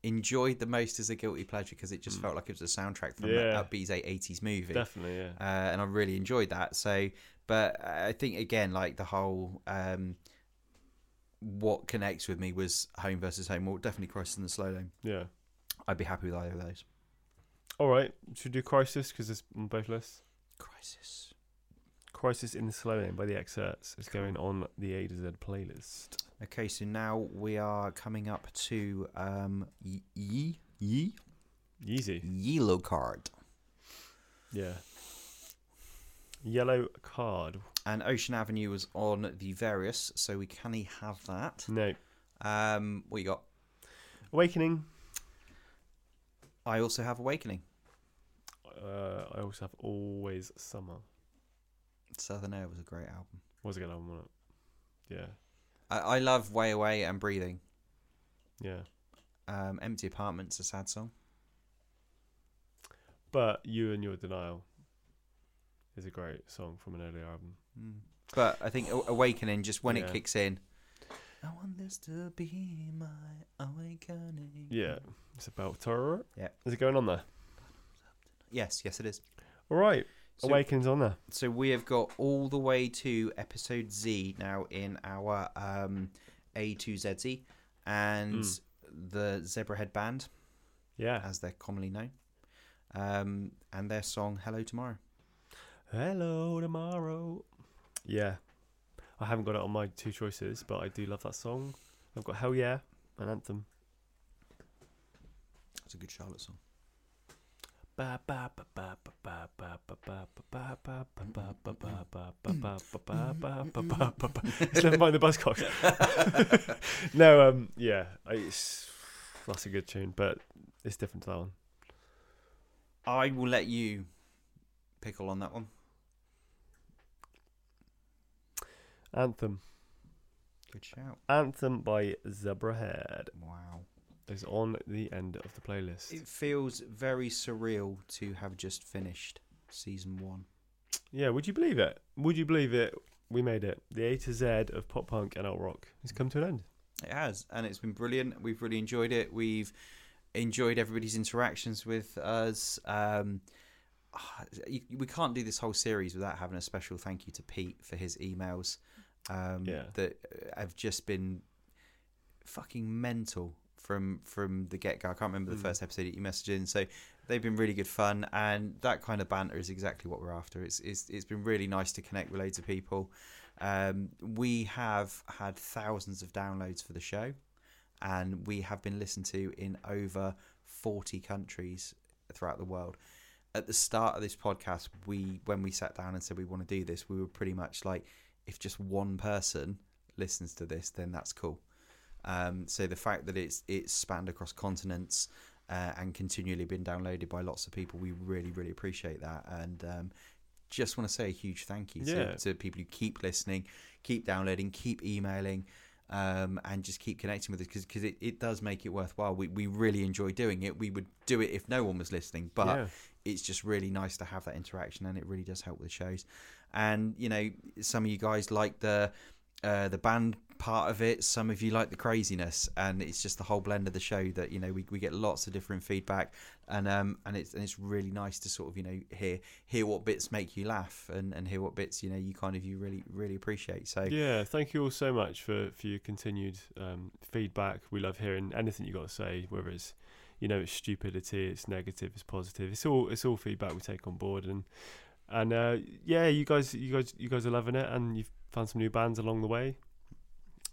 S3: enjoyed the most as a guilty pleasure because it just felt like it was a soundtrack from
S2: Yeah.
S3: that upbeat eighties movie.
S2: Definitely, yeah.
S3: uh, and I really enjoyed that. So, but I think again, like the whole um, what connects with me was home versus home. Well, definitely Crisis in the Slow Lane.
S2: Yeah.
S3: I'd be happy with either of those.
S2: All right. Should we do Crisis because it's on both lists.
S3: Crisis.
S2: Crisis in the Slow Lane by the Excerpts is going on the A to Z playlist.
S3: Okay, so now we are coming up to um ye ye ye
S2: Yeezy.
S3: yellow card
S2: Yeah. Yellow card.
S3: and Ocean Avenue was on the various, so we can he have that.
S2: No.
S3: Um, what you got?
S2: Awakening.
S3: I also have Awakening,
S2: Uh, I also have Always Summer.
S3: Southern Air was a great album.
S2: Was a good album, wasn't it? Yeah.
S3: I, I love Way Away and Breathing.
S2: Yeah.
S3: Um, Empty Apartments, a sad song.
S2: But You and Your Denial is a great song from an earlier album.
S3: But I think A- Awakening, just when
S2: Yeah.
S3: it kicks in. I want this to be my awakening.
S2: Yeah. It's about terror.
S3: Yeah.
S2: Is it going on there?
S3: Yes, yes, it is.
S2: All right.
S3: So-
S2: Awakening's on there.
S3: so we have got all the way to episode Z now in our um, A to ZZ and the Zebrahead Band,
S2: Yeah.
S3: as they're commonly known, um, and their song "Hello Tomorrow."
S2: Hello tomorrow. Yeah. I haven't got it on my two choices, but I do love that song. I've got Hell Yeah and Anthem.
S3: That's a good Charlotte song.
S2: Ba ba ba ba ba ba ba ba ba ba ba ba ba ba ba ba ba ba ba ba ba ba ba ba. It's Never mind the buzzcock. No, um, yeah, I- it's that's a good tune, but it's different to that one.
S3: I will let you pickle on that one.
S2: Anthem,
S3: Good shout!
S2: Anthem by Zebrahead.
S3: Wow.
S2: is on the end of the playlist.
S3: It feels very surreal to have just finished season one.
S2: Yeah, would you believe it? Would you believe it? We made it. The A to Z of pop punk and alt rock has come to an end.
S3: It has, and it's been brilliant. We've really enjoyed it. We've enjoyed everybody's interactions with us. Um, ah, you, we can't do this whole series without having a special thank you to Pete for his emails um,
S2: Yeah.
S3: that have just been fucking mental from from the get go. I can't remember the first episode that you messaged in, so they've been really good fun, and that kind of banter is exactly what we're after. It's it's, it's been really nice to connect with loads of people. Um, we have had thousands of downloads for the show, and we have been listened to in over forty countries throughout the world. At the start of this podcast, we when we sat down and said we want to do this, we were pretty much like, if just one person listens to this, then that's cool. Um, so the fact that it's it's spanned across continents uh, and continually been downloaded by lots of people, we really really appreciate that. And um, just want to say a huge thank you
S2: Yeah.
S3: to, to people who keep listening, keep downloading, keep emailing. Um, and just keep connecting with us because it, it does make it worthwhile. We, we really enjoy doing it. We would do it if no one was listening, but
S2: Yeah.
S3: it's just really nice to have that interaction and it really does help with the shows and you know some of you guys like the uh, the band part of it some of you like the craziness and it's just the whole blend of the show that you know we, we get lots of different feedback and um and it's and it's really nice to sort of you know hear hear what bits make you laugh and and hear what bits you know you kind of you really really appreciate so
S2: Yeah, thank you all so much for, for your continued um, feedback. We love hearing anything you got to say, whether it's you know it's stupidity, it's negative, it's positive. It's all it's all feedback we take on board and and uh, yeah, you guys you guys you guys are loving it and you've found some new bands along the way.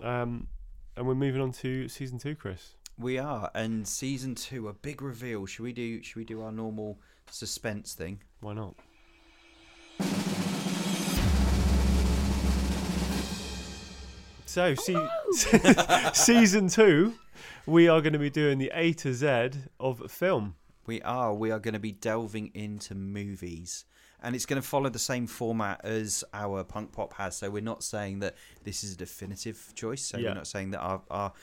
S2: Um, and we're moving on to season two, Chris.
S3: we are and season two a big reveal should we do should we do our normal suspense thing
S2: Why not? So, see, season two, we are going to be doing the A to Z of film.
S3: We are. We are going to be delving into movies. And it's going to follow the same format as our punk pop has. So we're not saying that this is a definitive choice. So
S2: Yeah.
S3: we're not saying that our, our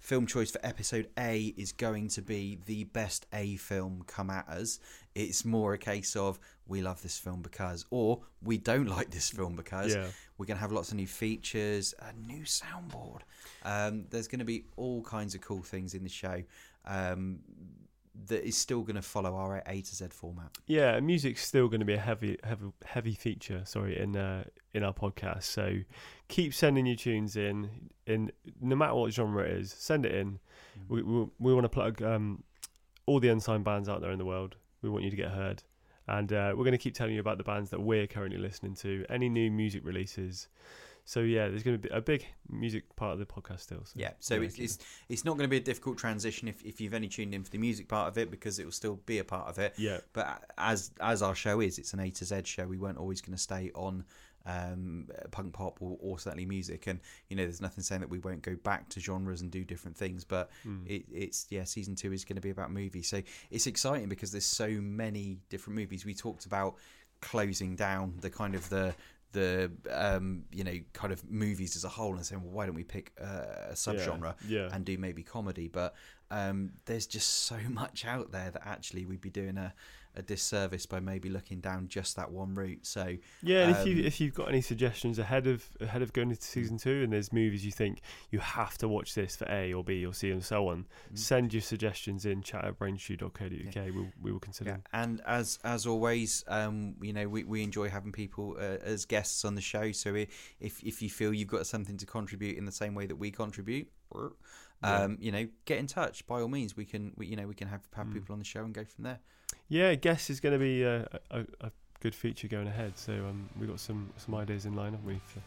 S3: film choice for episode A is going to be the best A film come at us. It's more a case of we love this film because, or we don't like this film because.
S2: Yeah.
S3: We're going to have lots of new features, a new soundboard. Um, there's going to be all kinds of cool things in the show. Um, that is still going to follow our A to Z format.
S2: Yeah, music's still going to be a heavy, heavy, heavy feature. Sorry, in uh, in our podcast. So keep sending your tunes in, in no matter what genre it is. Send it in.
S3: Mm.
S2: We we, we want to plug um, all the unsigned bands out there in the world. We want you to get heard, and uh, we're going to keep telling you about the bands that we're currently listening to. Any new music releases. So yeah, there's going to be a big music part of the podcast still. So
S3: Yeah, so it's,
S2: keep
S3: it's it's not going to be a difficult transition if, if you've only tuned in for the music part of it because it will still be a part of it.
S2: Yeah.
S3: But a- as as our show is, it's an A to Z show. We weren't always going to stay on um, punk pop or, or certainly music. And you know, there's nothing saying that we won't go back to genres and do different things. But it, it's yeah, season two is going to be about movies. So it's exciting because there's so many different movies. We talked about closing down the kind of the the um, you know kind of movies as a whole and saying well why don't we pick uh, a subgenre
S2: yeah.
S3: and do maybe comedy but um, there's just so much out there that actually we'd be doing a, a disservice by maybe looking down just that one route so
S2: Yeah, and if you
S3: um,
S2: if you've got any suggestions ahead of ahead of going into season two, and there's movies you think you have to watch this for A or B or C and so on, send your suggestions in chat at brainstew.co.uk. We'll, we will consider.
S3: Mm. Yeah,
S2: them.
S3: and as as always, um, you know, we, we enjoy having people uh, as guests on the show. So i- if if you feel you've got something to contribute in the same way that we contribute, um, you know, get in touch by all means. We can we, you know we can have have
S2: Mm.
S3: people on the show and go from there.
S2: Yeah, guess is going to be uh, a, a, a good feature going ahead. So um, we've got some some ideas in line, haven't we, for,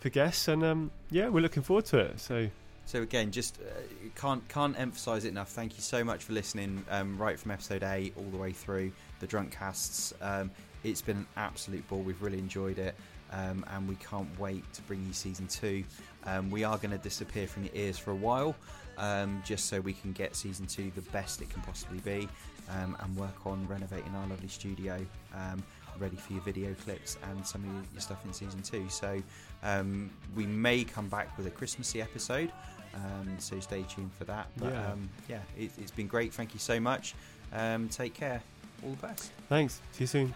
S2: for guests? And um, yeah, we're looking forward to it. So
S3: So again, just uh, can't can't emphasise it enough. Thank you so much for listening, um, right from episode A all the way through the drunk casts. Um, it's been an absolute ball. We've really enjoyed it, um, and we can't wait to bring you season two. Um, we are going to disappear from your ears for a while, um, just so we can get season two the best it can possibly be, um, and work on renovating our lovely studio. Um, ready for your video clips and some of your- your stuff in season two so um, we may come back with a christmassy episode Um, so stay tuned for that. But
S2: Yeah.
S3: um, yeah it, it's been great. Thank you so much. Um, take care. All the best.
S2: Thanks. See you soon.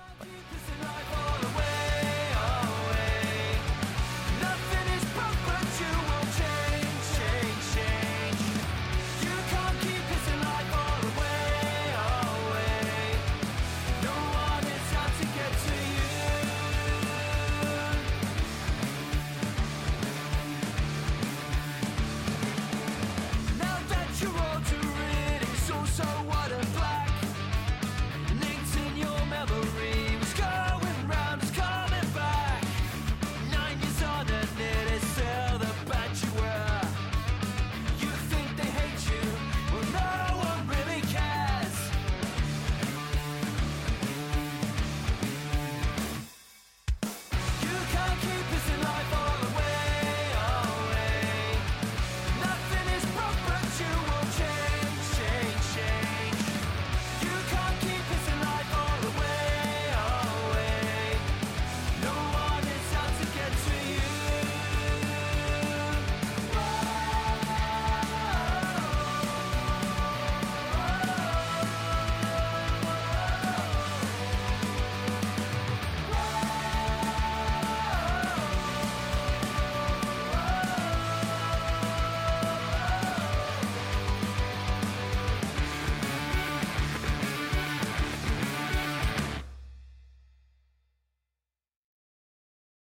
S7: Kissing life all away.